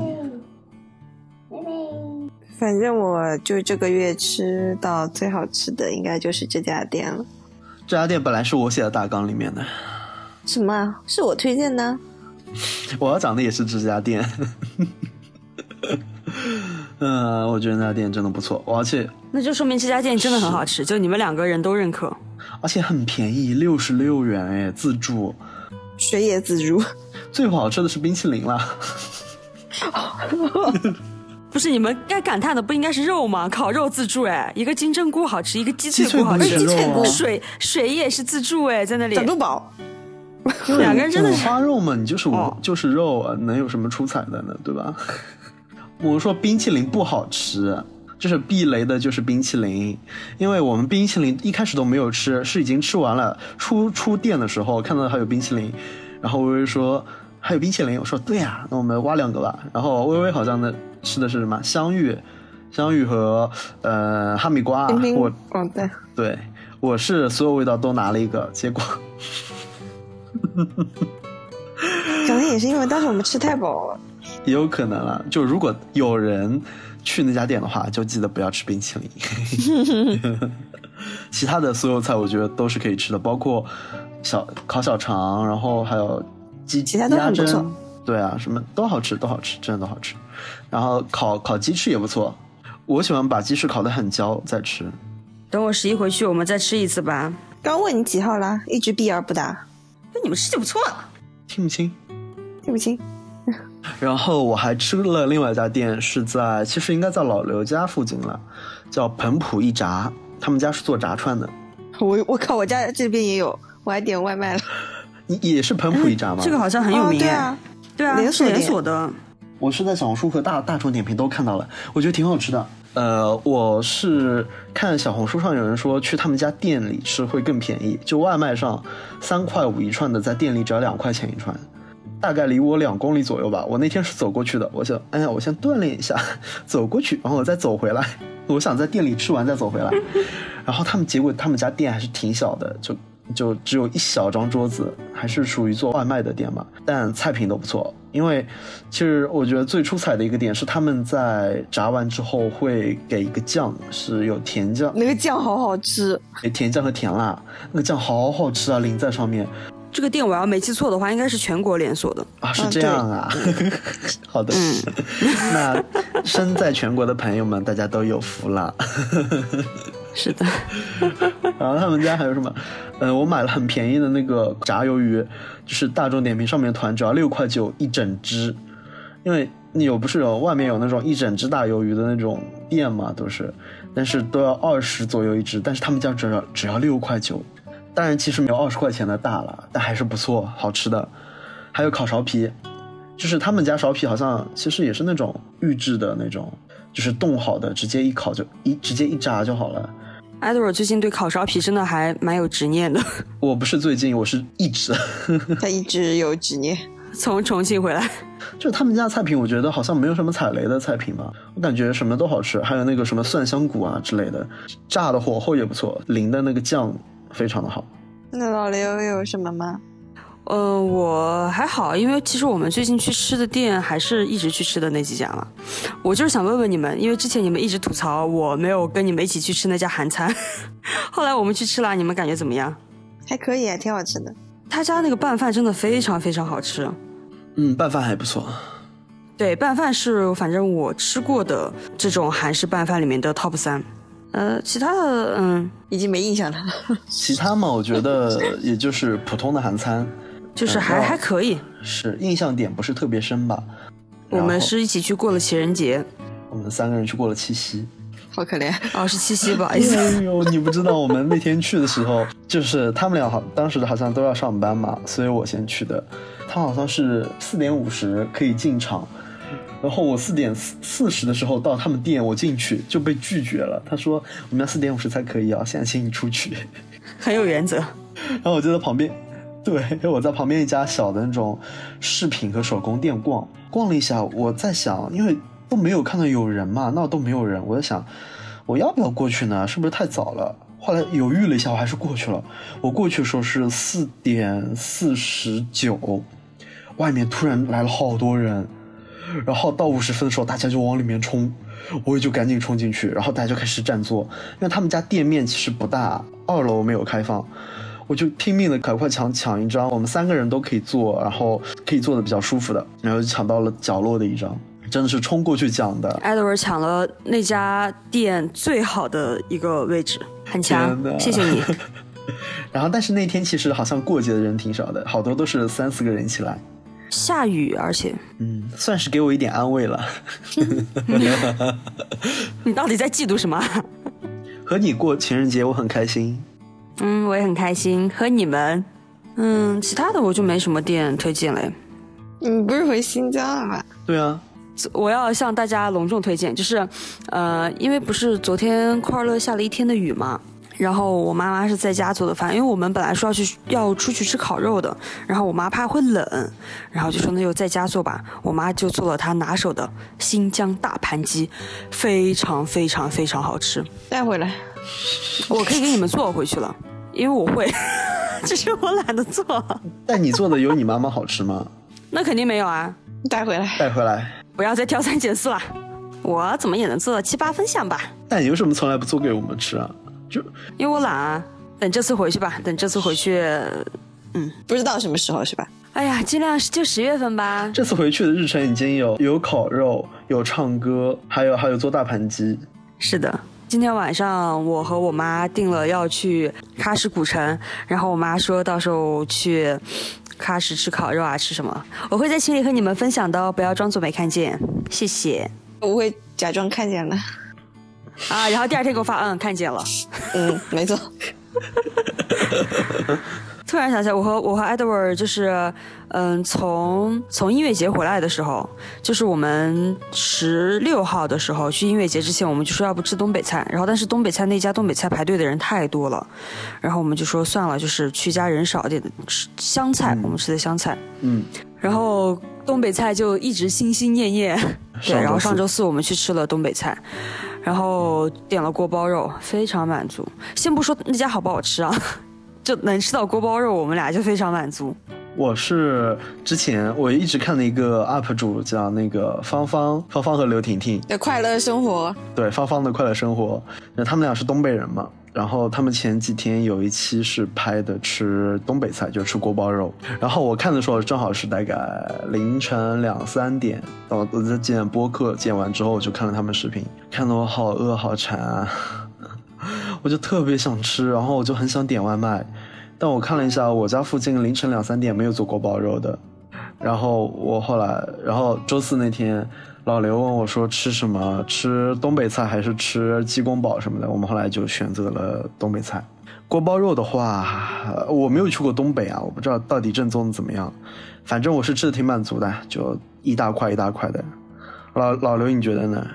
[SPEAKER 5] 反正我就这个月吃到最好吃的应该就是这家店了。
[SPEAKER 4] 这家店本来是我写的大纲里面的，
[SPEAKER 5] 什么啊？是我推荐的？
[SPEAKER 4] 我要讲的也是这家店。 嗯、我觉得那家店真的不错，而且
[SPEAKER 3] 那就说明这家店真的很好吃，就你们两个人都认可。
[SPEAKER 4] 而且很便宜，六十六元哎，自助。
[SPEAKER 5] 水野自如。
[SPEAKER 4] 最不好吃的是冰淇淋啦，
[SPEAKER 3] 不是你们该感叹的不应该是肉吗？烤肉自助哎，一个金针菇好吃，一个鸡
[SPEAKER 4] 鸡
[SPEAKER 3] 脆
[SPEAKER 4] 脆
[SPEAKER 3] 骨好
[SPEAKER 4] 不
[SPEAKER 3] 吃，
[SPEAKER 4] 是
[SPEAKER 5] 鸡
[SPEAKER 4] 肉
[SPEAKER 5] 腿
[SPEAKER 4] 啊
[SPEAKER 5] 骨，
[SPEAKER 3] 水水也是自助哎，在那里
[SPEAKER 5] 掌中宝，
[SPEAKER 3] 两个人真的
[SPEAKER 4] 五
[SPEAKER 3] 是
[SPEAKER 4] 花肉嘛，你就是五、
[SPEAKER 3] 哦
[SPEAKER 4] 就是肉啊，能有什么出彩的呢？对吧？ 我说冰淇淋不好吃，就是避雷的，就是冰淇淋，因为我们冰淇淋一开始都没有吃，是已经吃完了。出出店的时候看到还有冰淇淋，然后微微说还有冰淇淋，我说对呀、那我们挖两个吧。然后微微好像呢吃的是什么香芋，香芋和呃哈密瓜，
[SPEAKER 5] 冰冰哦
[SPEAKER 4] 我
[SPEAKER 5] 王蛋。
[SPEAKER 4] 对，我是所有味道都拿了一个，结果
[SPEAKER 5] 可能也是因为当时我们吃太饱了。
[SPEAKER 4] 也有可能了。就如果有人去那家店的话，就记得不要吃冰淇淋。 其他的所有菜我觉得都是可以吃的，包括小烤小肠，然后还有鸡
[SPEAKER 5] 其他都很不错
[SPEAKER 4] 鸭胗对啊，什么都好吃，都好吃，真的都好吃。然后烤烤鸡翅也不错，我喜欢把鸡翅烤得很焦再吃。
[SPEAKER 3] 等我十一回去，我们再吃一次吧。
[SPEAKER 5] 刚问你几号啦，一直避而不答，
[SPEAKER 3] 那你们吃就不错了。
[SPEAKER 4] 听不清，
[SPEAKER 5] 对不起。
[SPEAKER 4] 然后我还吃了另外一家店，是在其实应该在老刘家附近了，叫彭浦一炸，他们家是做炸串的，
[SPEAKER 5] 我我靠，我家这边也有，我还点外卖了。
[SPEAKER 4] 也也是彭浦一炸吗？
[SPEAKER 3] 哎嗯这个好像很有
[SPEAKER 5] 哦
[SPEAKER 3] 名
[SPEAKER 5] 对
[SPEAKER 3] 哎、
[SPEAKER 5] 啊，
[SPEAKER 3] 对啊，
[SPEAKER 5] 连锁
[SPEAKER 3] 是连
[SPEAKER 5] 店
[SPEAKER 3] 锁的，
[SPEAKER 4] 我是在小红书和大大众点评都看到了，我觉得挺好吃的。呃，我是看小红书上有人说去他们家店里吃会更便宜，就外卖上三块五一串的，在店里只要两块钱一串，大概离我两公里左右吧。我那天是走过去的，我想，哎呀，我先锻炼一下， 走过去，然后我再走回来。 我想在店里吃完再走回来，然后他们结果他们家店还是挺小的，就就只有一小张桌子，还是属于做外卖的店嘛，但菜品都不错。因为其实我觉得最出彩的一个点是他们在炸完之后会给一个酱，是有甜酱、
[SPEAKER 5] 那个酱好好 吃，
[SPEAKER 4] 甜酱和甜辣，那个酱好好吃啊，淋在上面
[SPEAKER 3] 这个店我要没记错的话，应该是全国连锁的。
[SPEAKER 4] 啊，是
[SPEAKER 5] 嗯
[SPEAKER 4] 这样啊。 好的， 那身在全国的朋友们，大家都有福了。
[SPEAKER 3] 是的，
[SPEAKER 4] 然后他们家还有什么？呃，我买了很便宜的那个炸鱿鱼，就是大众点评上面团，只要六块九一整只。因为你有不是有外面有那种一整只大鱿鱼的那种店嘛，都是，但是都要二十左右一只，但是他们家只要只要六块九，当然其实没有二十块钱的大了，但还是不错，好吃的。还有烤苕皮，就是他们家苕皮好像其实也是那种预制的那种，就是冻好的，直接一烤就一直接一炸就好了。
[SPEAKER 3] 艾德尔最近对烤苕皮真的还蛮有执念的，
[SPEAKER 4] 我不是最近，我是一直，
[SPEAKER 5] 它一直有执念。
[SPEAKER 3] 从重庆回来。
[SPEAKER 4] 就是他们家的菜品，我觉得好像没有什么踩雷的菜品吧，我感觉什么都好吃，还有那个什么蒜香骨啊之类的，炸的火候也不错，淋的那个酱非常的好。
[SPEAKER 5] 那老刘有什么吗？
[SPEAKER 3] 呃，我还好，因为其实我们最近去吃的店还是一直去吃的那几家嘛。我就是想问问你们，因为之前你们一直吐槽我没有跟你们一起去吃那家韩餐， 后来我们去吃了，你们感觉怎么样？
[SPEAKER 5] 还可以，还啊挺好吃的。
[SPEAKER 3] 他家那个拌饭真的非常非常好吃。
[SPEAKER 4] 嗯，拌饭还不错。
[SPEAKER 3] 对，拌饭是反正我吃过的这种韩式拌饭里面的 top 三。呃，其他的嗯，
[SPEAKER 5] 已经没印象了。
[SPEAKER 4] 其他嘛，我觉得也就是普通的韩餐，
[SPEAKER 3] 就是
[SPEAKER 4] 嗯
[SPEAKER 3] 还、
[SPEAKER 4] 那
[SPEAKER 3] 还可以。
[SPEAKER 4] 是印象点不是特别深吧。
[SPEAKER 3] 我
[SPEAKER 4] 然
[SPEAKER 3] 们
[SPEAKER 4] 后
[SPEAKER 3] 是一起去过了情人节，
[SPEAKER 4] 我们三个人去过了七夕。
[SPEAKER 5] 好可怜，
[SPEAKER 3] 哦，是七夕，不好
[SPEAKER 4] 哎
[SPEAKER 3] 意 思。
[SPEAKER 4] 呦，你不知道，我们那天去的时候，就是他们俩好，当时好像都要上班嘛，所以我先去的。他好像是四点五十可以进场，然后我四点四四十的时候到他们店，我进去就被拒绝了。他说我们要四点五十才可以啊，现在请你出去。
[SPEAKER 3] 很有原则。
[SPEAKER 4] 然后我就在旁边，对，我在旁边一家小的那种饰品和手工店逛，逛了一下，我在想，因为都没有看到有人嘛，那都没有人，我在想，我要不要过去呢？是不是太早了？后来犹豫了一下，我还是过去了。我过去的时候是四点四十九，外面突然来了好多人，然后到五十分的时候，大家就往里面冲，我也就赶紧冲进去，然后大家就开始占座，因为他们家店面其实不大，二楼没有开放，我就拼命的赶快抢抢一张，我们三个人都可以坐，然后可以坐的比较舒服的，然后就抢到了角落的一张，真的是冲过去抢的，
[SPEAKER 3] 艾德尔抢了那家店最好的一个位置，很强
[SPEAKER 4] 天，哪
[SPEAKER 3] 谢谢 你。
[SPEAKER 4] 然后但是那天其实好像过节的人挺少的，好多都是三四个人一起来，
[SPEAKER 3] 下雨，而且
[SPEAKER 4] 嗯，算是给我一点安慰了。
[SPEAKER 3] 你到底在嫉妒什 么？
[SPEAKER 4] 和你过情人节我很开心，
[SPEAKER 3] 嗯，我也很开心和你们。嗯，其他的我就没什么店推荐了。
[SPEAKER 5] 你嗯不是回新疆了吗？
[SPEAKER 4] 对啊，
[SPEAKER 3] 我要向大家隆重推荐，就是，呃，因为不是昨天快乐下了一天的雨嘛，然后我妈妈是在家做的饭，因为我们本来说要去要出去吃烤肉的，然后我妈怕会冷，然后就说那就在家做吧。我妈就做了她拿手的新疆大盘鸡，非常非常非常好吃，
[SPEAKER 5] 带回来。
[SPEAKER 3] 我可以给你们做回去了，因为我会， 只是我懒得做。
[SPEAKER 4] 但你做的有你妈妈好吃吗？
[SPEAKER 3] 那肯定没有啊，
[SPEAKER 5] 带回来，
[SPEAKER 4] 带回来。
[SPEAKER 3] 不要再挑三拣四了，我怎么也能做到七八分像吧。
[SPEAKER 4] 但你为什么从来不做给我们吃啊？就
[SPEAKER 3] 因为我懒啊。等这次回去吧，等这次回去，
[SPEAKER 5] 不知道什么时候是吧？
[SPEAKER 3] 哎呀，尽量就十月份吧。
[SPEAKER 4] 这次回去的日程已经有有烤肉，有唱歌，还有还有做大盘鸡。
[SPEAKER 3] 是的，今天晚上我和我妈定了要去喀什古城，然后我妈说到时候去喀什吃烤肉啊，吃什么？我会在群里和你们分享的哦，不要装作没看见，谢谢
[SPEAKER 5] 我会假装看见的。
[SPEAKER 3] 啊。然后第二天给我发，嗯，看见了。
[SPEAKER 5] 嗯，没错。
[SPEAKER 3] 突然想起来，我和我和 Edward 就是，嗯，从从音乐节回来的时候，就是我们十六号的时候去音乐节之前，我们就说要不吃东北菜，然后但是东北菜那家东北菜排队的人太多了，然后我们就说算了，就是去一家人少一点的吃湘菜，我们吃的湘菜，
[SPEAKER 4] 嗯，
[SPEAKER 3] 然后东北菜就一直心心念念，对，
[SPEAKER 4] 上周
[SPEAKER 3] 然后上
[SPEAKER 4] 四
[SPEAKER 3] 周四我们去吃了东北菜，然后点了锅包肉，非常满足。先不说那家好不好吃啊， 就能吃到锅包肉，我们俩就非常满足。
[SPEAKER 4] 我是之前我一直看了一个 UP 主叫那个芳芳芳芳和刘婷婷，
[SPEAKER 5] 的快乐生活，
[SPEAKER 4] 对芳芳的快乐生活，那他们俩是东北人嘛。然后他们前几天有一期是拍的吃东北菜，就吃锅包肉。然后我看的时候正好是大概凌晨两三点，我我在剪播客，剪完之后我就看了他们视频，看得我好饿好馋啊， 我就特别想吃，然后我就很想点外卖，但我看了一下我家附近凌晨两三点没有做锅包肉的，然后我后来，然后周四那天，老刘问我说吃什么，吃东北菜还是吃鸡公煲什么的，我们后来就选择了东北菜。锅包肉的话，呃我没有去过东北啊，我不知道到底正宗的怎么样，反正我是吃的挺满足的，就一大块一大块的。老老刘，你觉得呢？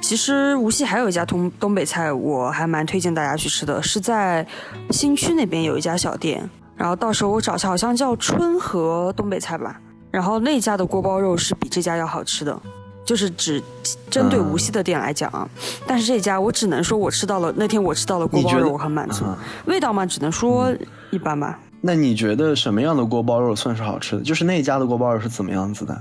[SPEAKER 3] 其实无锡还有一家东东北菜，我还蛮推荐大家去吃的，是在新区那边有一家小店，然后到时候我找一下，好像叫春和东北菜吧。然后那家的锅包肉是比这家要好吃的，就是只针对
[SPEAKER 4] 嗯
[SPEAKER 3] 无锡的店来讲啊。但是这家我只能说，我吃到了那天我吃到了锅
[SPEAKER 4] 你
[SPEAKER 3] 包
[SPEAKER 4] 觉得
[SPEAKER 3] 肉，我很满足。
[SPEAKER 4] 啊
[SPEAKER 3] 味道嘛，只能说一般吧。
[SPEAKER 4] 那你觉得什么样的锅包肉算是好吃的？就是那家的锅包肉是怎么样子的？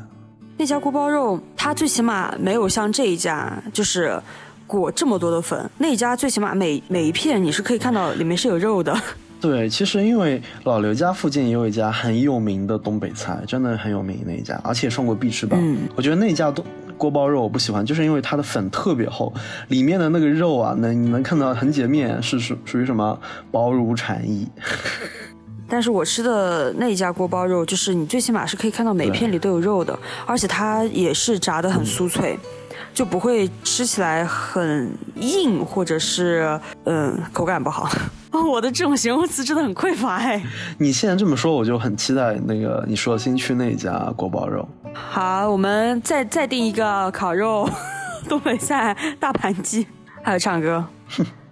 [SPEAKER 3] 那家锅包肉，它最起码没有像这一家就是裹这么多的粉，那一家最起码每每一片你是可以看到里面是有肉的。
[SPEAKER 4] 对，其实因为老刘家附近也有一家很有名的东北菜，真的很有名那一家，而且上过必吃榜。
[SPEAKER 3] 嗯
[SPEAKER 4] 我觉得那家东锅包肉我不喜欢，就是因为它的粉特别厚，里面的那个肉啊，能你能看到横截面是属属于什么薄如蝉翼。
[SPEAKER 3] 但是我吃的那一家锅包肉，就是你最起码是可以看到每片里都有肉的，而且它也是炸得很酥脆，就不会吃起来很硬或者是嗯口感不好。 哦我的这种形容词真的很匮乏哎。
[SPEAKER 4] 你现在这么说，我就很期待那个你说新区那家锅包肉。
[SPEAKER 3] 好，我们再再定一个烤肉、 东北菜、大盘鸡，还有唱歌。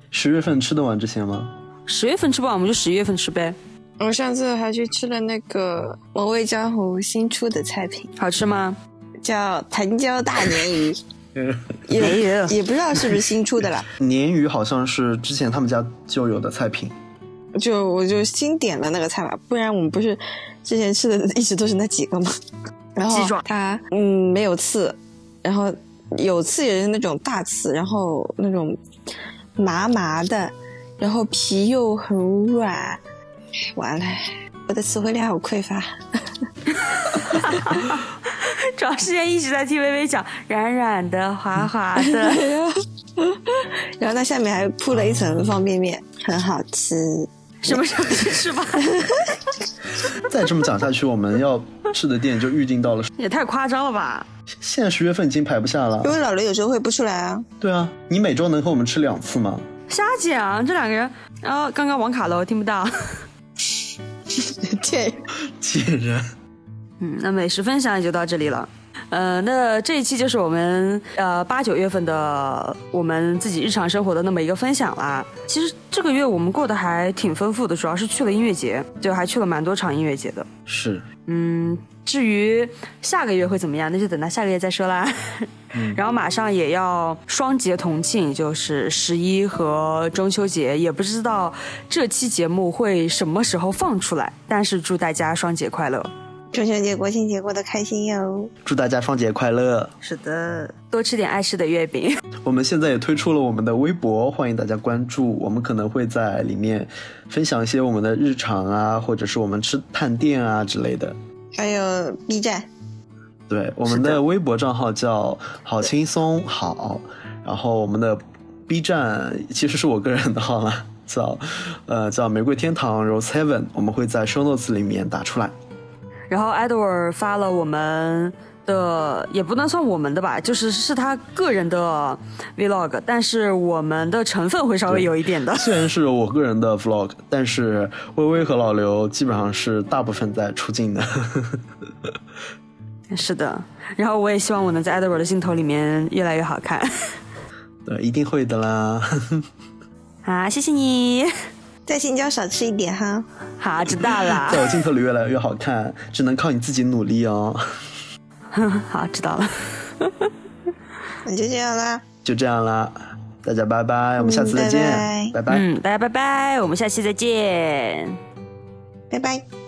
[SPEAKER 4] 十月份吃得完这些吗？
[SPEAKER 3] 十月份吃不完，我们就十一月份吃呗。
[SPEAKER 5] 我上次还去吃了那个我味江湖新出的菜品，
[SPEAKER 3] 好吃吗？
[SPEAKER 5] 叫藤椒大鲶鱼，
[SPEAKER 3] 没
[SPEAKER 5] 也
[SPEAKER 3] 有
[SPEAKER 5] 也不知道是不是新出的啦。
[SPEAKER 4] 鲶鱼好像是之前他们家就有的菜品。
[SPEAKER 5] 就我就新点了那个菜吧，不然我们不是之前吃的一直都是那几个吗？然后
[SPEAKER 3] 鸡爪
[SPEAKER 5] 它嗯没有刺，然后有刺也是那种大刺，然后那种麻麻的，然后皮又很软。完了，我的词汇量好匮乏。
[SPEAKER 3] 主要是一直在听微微讲软软的、滑滑的。
[SPEAKER 5] 然后它下面还铺了一层方便面，很好吃。
[SPEAKER 3] 什么时候去吃吧？
[SPEAKER 4] 再这么讲下去，我们要吃的店就预定到了。
[SPEAKER 3] 也太夸张了吧！
[SPEAKER 4] 现在十月份已经排不下了
[SPEAKER 5] 因。为老刘有时候会不出来啊，
[SPEAKER 4] 对啊，你每周能和我们吃两次吗？
[SPEAKER 3] 瞎讲，这两个人啊、刚刚网卡了，我听不到。
[SPEAKER 5] 贱人
[SPEAKER 4] 贱人，
[SPEAKER 3] 嗯，那美食分享也就到这里了。呃，那这一期就是我们呃八九月份的我们自己日常生活的那么一个分享啦。其实这个月我们过得还挺丰富的，主要是去了音乐节，就还去了蛮多场音乐节的。
[SPEAKER 4] 是
[SPEAKER 3] 嗯，至于下个月会怎么样，那就等到下个月再说啦。 然后马上也要双节同庆，就是十一和中秋节，也不知道这期节目会什么时候放出来，但是祝大家双节快乐。
[SPEAKER 5] 中秋节、国庆节过得开心哟。
[SPEAKER 4] 祝大家双节快乐！
[SPEAKER 3] 是的，多吃点爱吃的月饼。
[SPEAKER 4] 我们现在也推出了我们的微博，欢迎大家关注。我们可能会在里面分享一些我们的日常啊，或者是我们吃探店啊之类的。
[SPEAKER 5] 还有 B 站，
[SPEAKER 4] 对，我们的微博账号叫“好轻松好”，然后我们的 B 站其实是我个人的号啦， 叫呃叫“玫瑰天堂 Rose Heaven”，我们会在 show notes 里面打出来。
[SPEAKER 3] 然后 Edward 发了我们的，也不能算我们的吧，就是是他个人的 vlog，但是我们的成分会稍微有一点的。
[SPEAKER 4] 虽然是我个人的 vlog，但是微微和老刘基本上是大部分在出镜的。
[SPEAKER 3] 是的，然后我也希望我能在 Edward 的镜头里面越来越好看。
[SPEAKER 4] 对，一定会的啦。
[SPEAKER 3] 好，啊谢谢你。
[SPEAKER 5] 在新疆少吃一点哈。
[SPEAKER 3] 好，知道
[SPEAKER 4] 在我
[SPEAKER 3] 了。
[SPEAKER 4] 镜头里越来越好看，只能靠你自己努力哦。
[SPEAKER 3] 好，知道了。
[SPEAKER 5] 那就这样啦，
[SPEAKER 4] 就这样啦，大家拜拜，我们下次再见，
[SPEAKER 5] 嗯
[SPEAKER 4] 拜拜
[SPEAKER 3] 嗯，大家拜拜，我们下期再见。
[SPEAKER 5] 拜拜。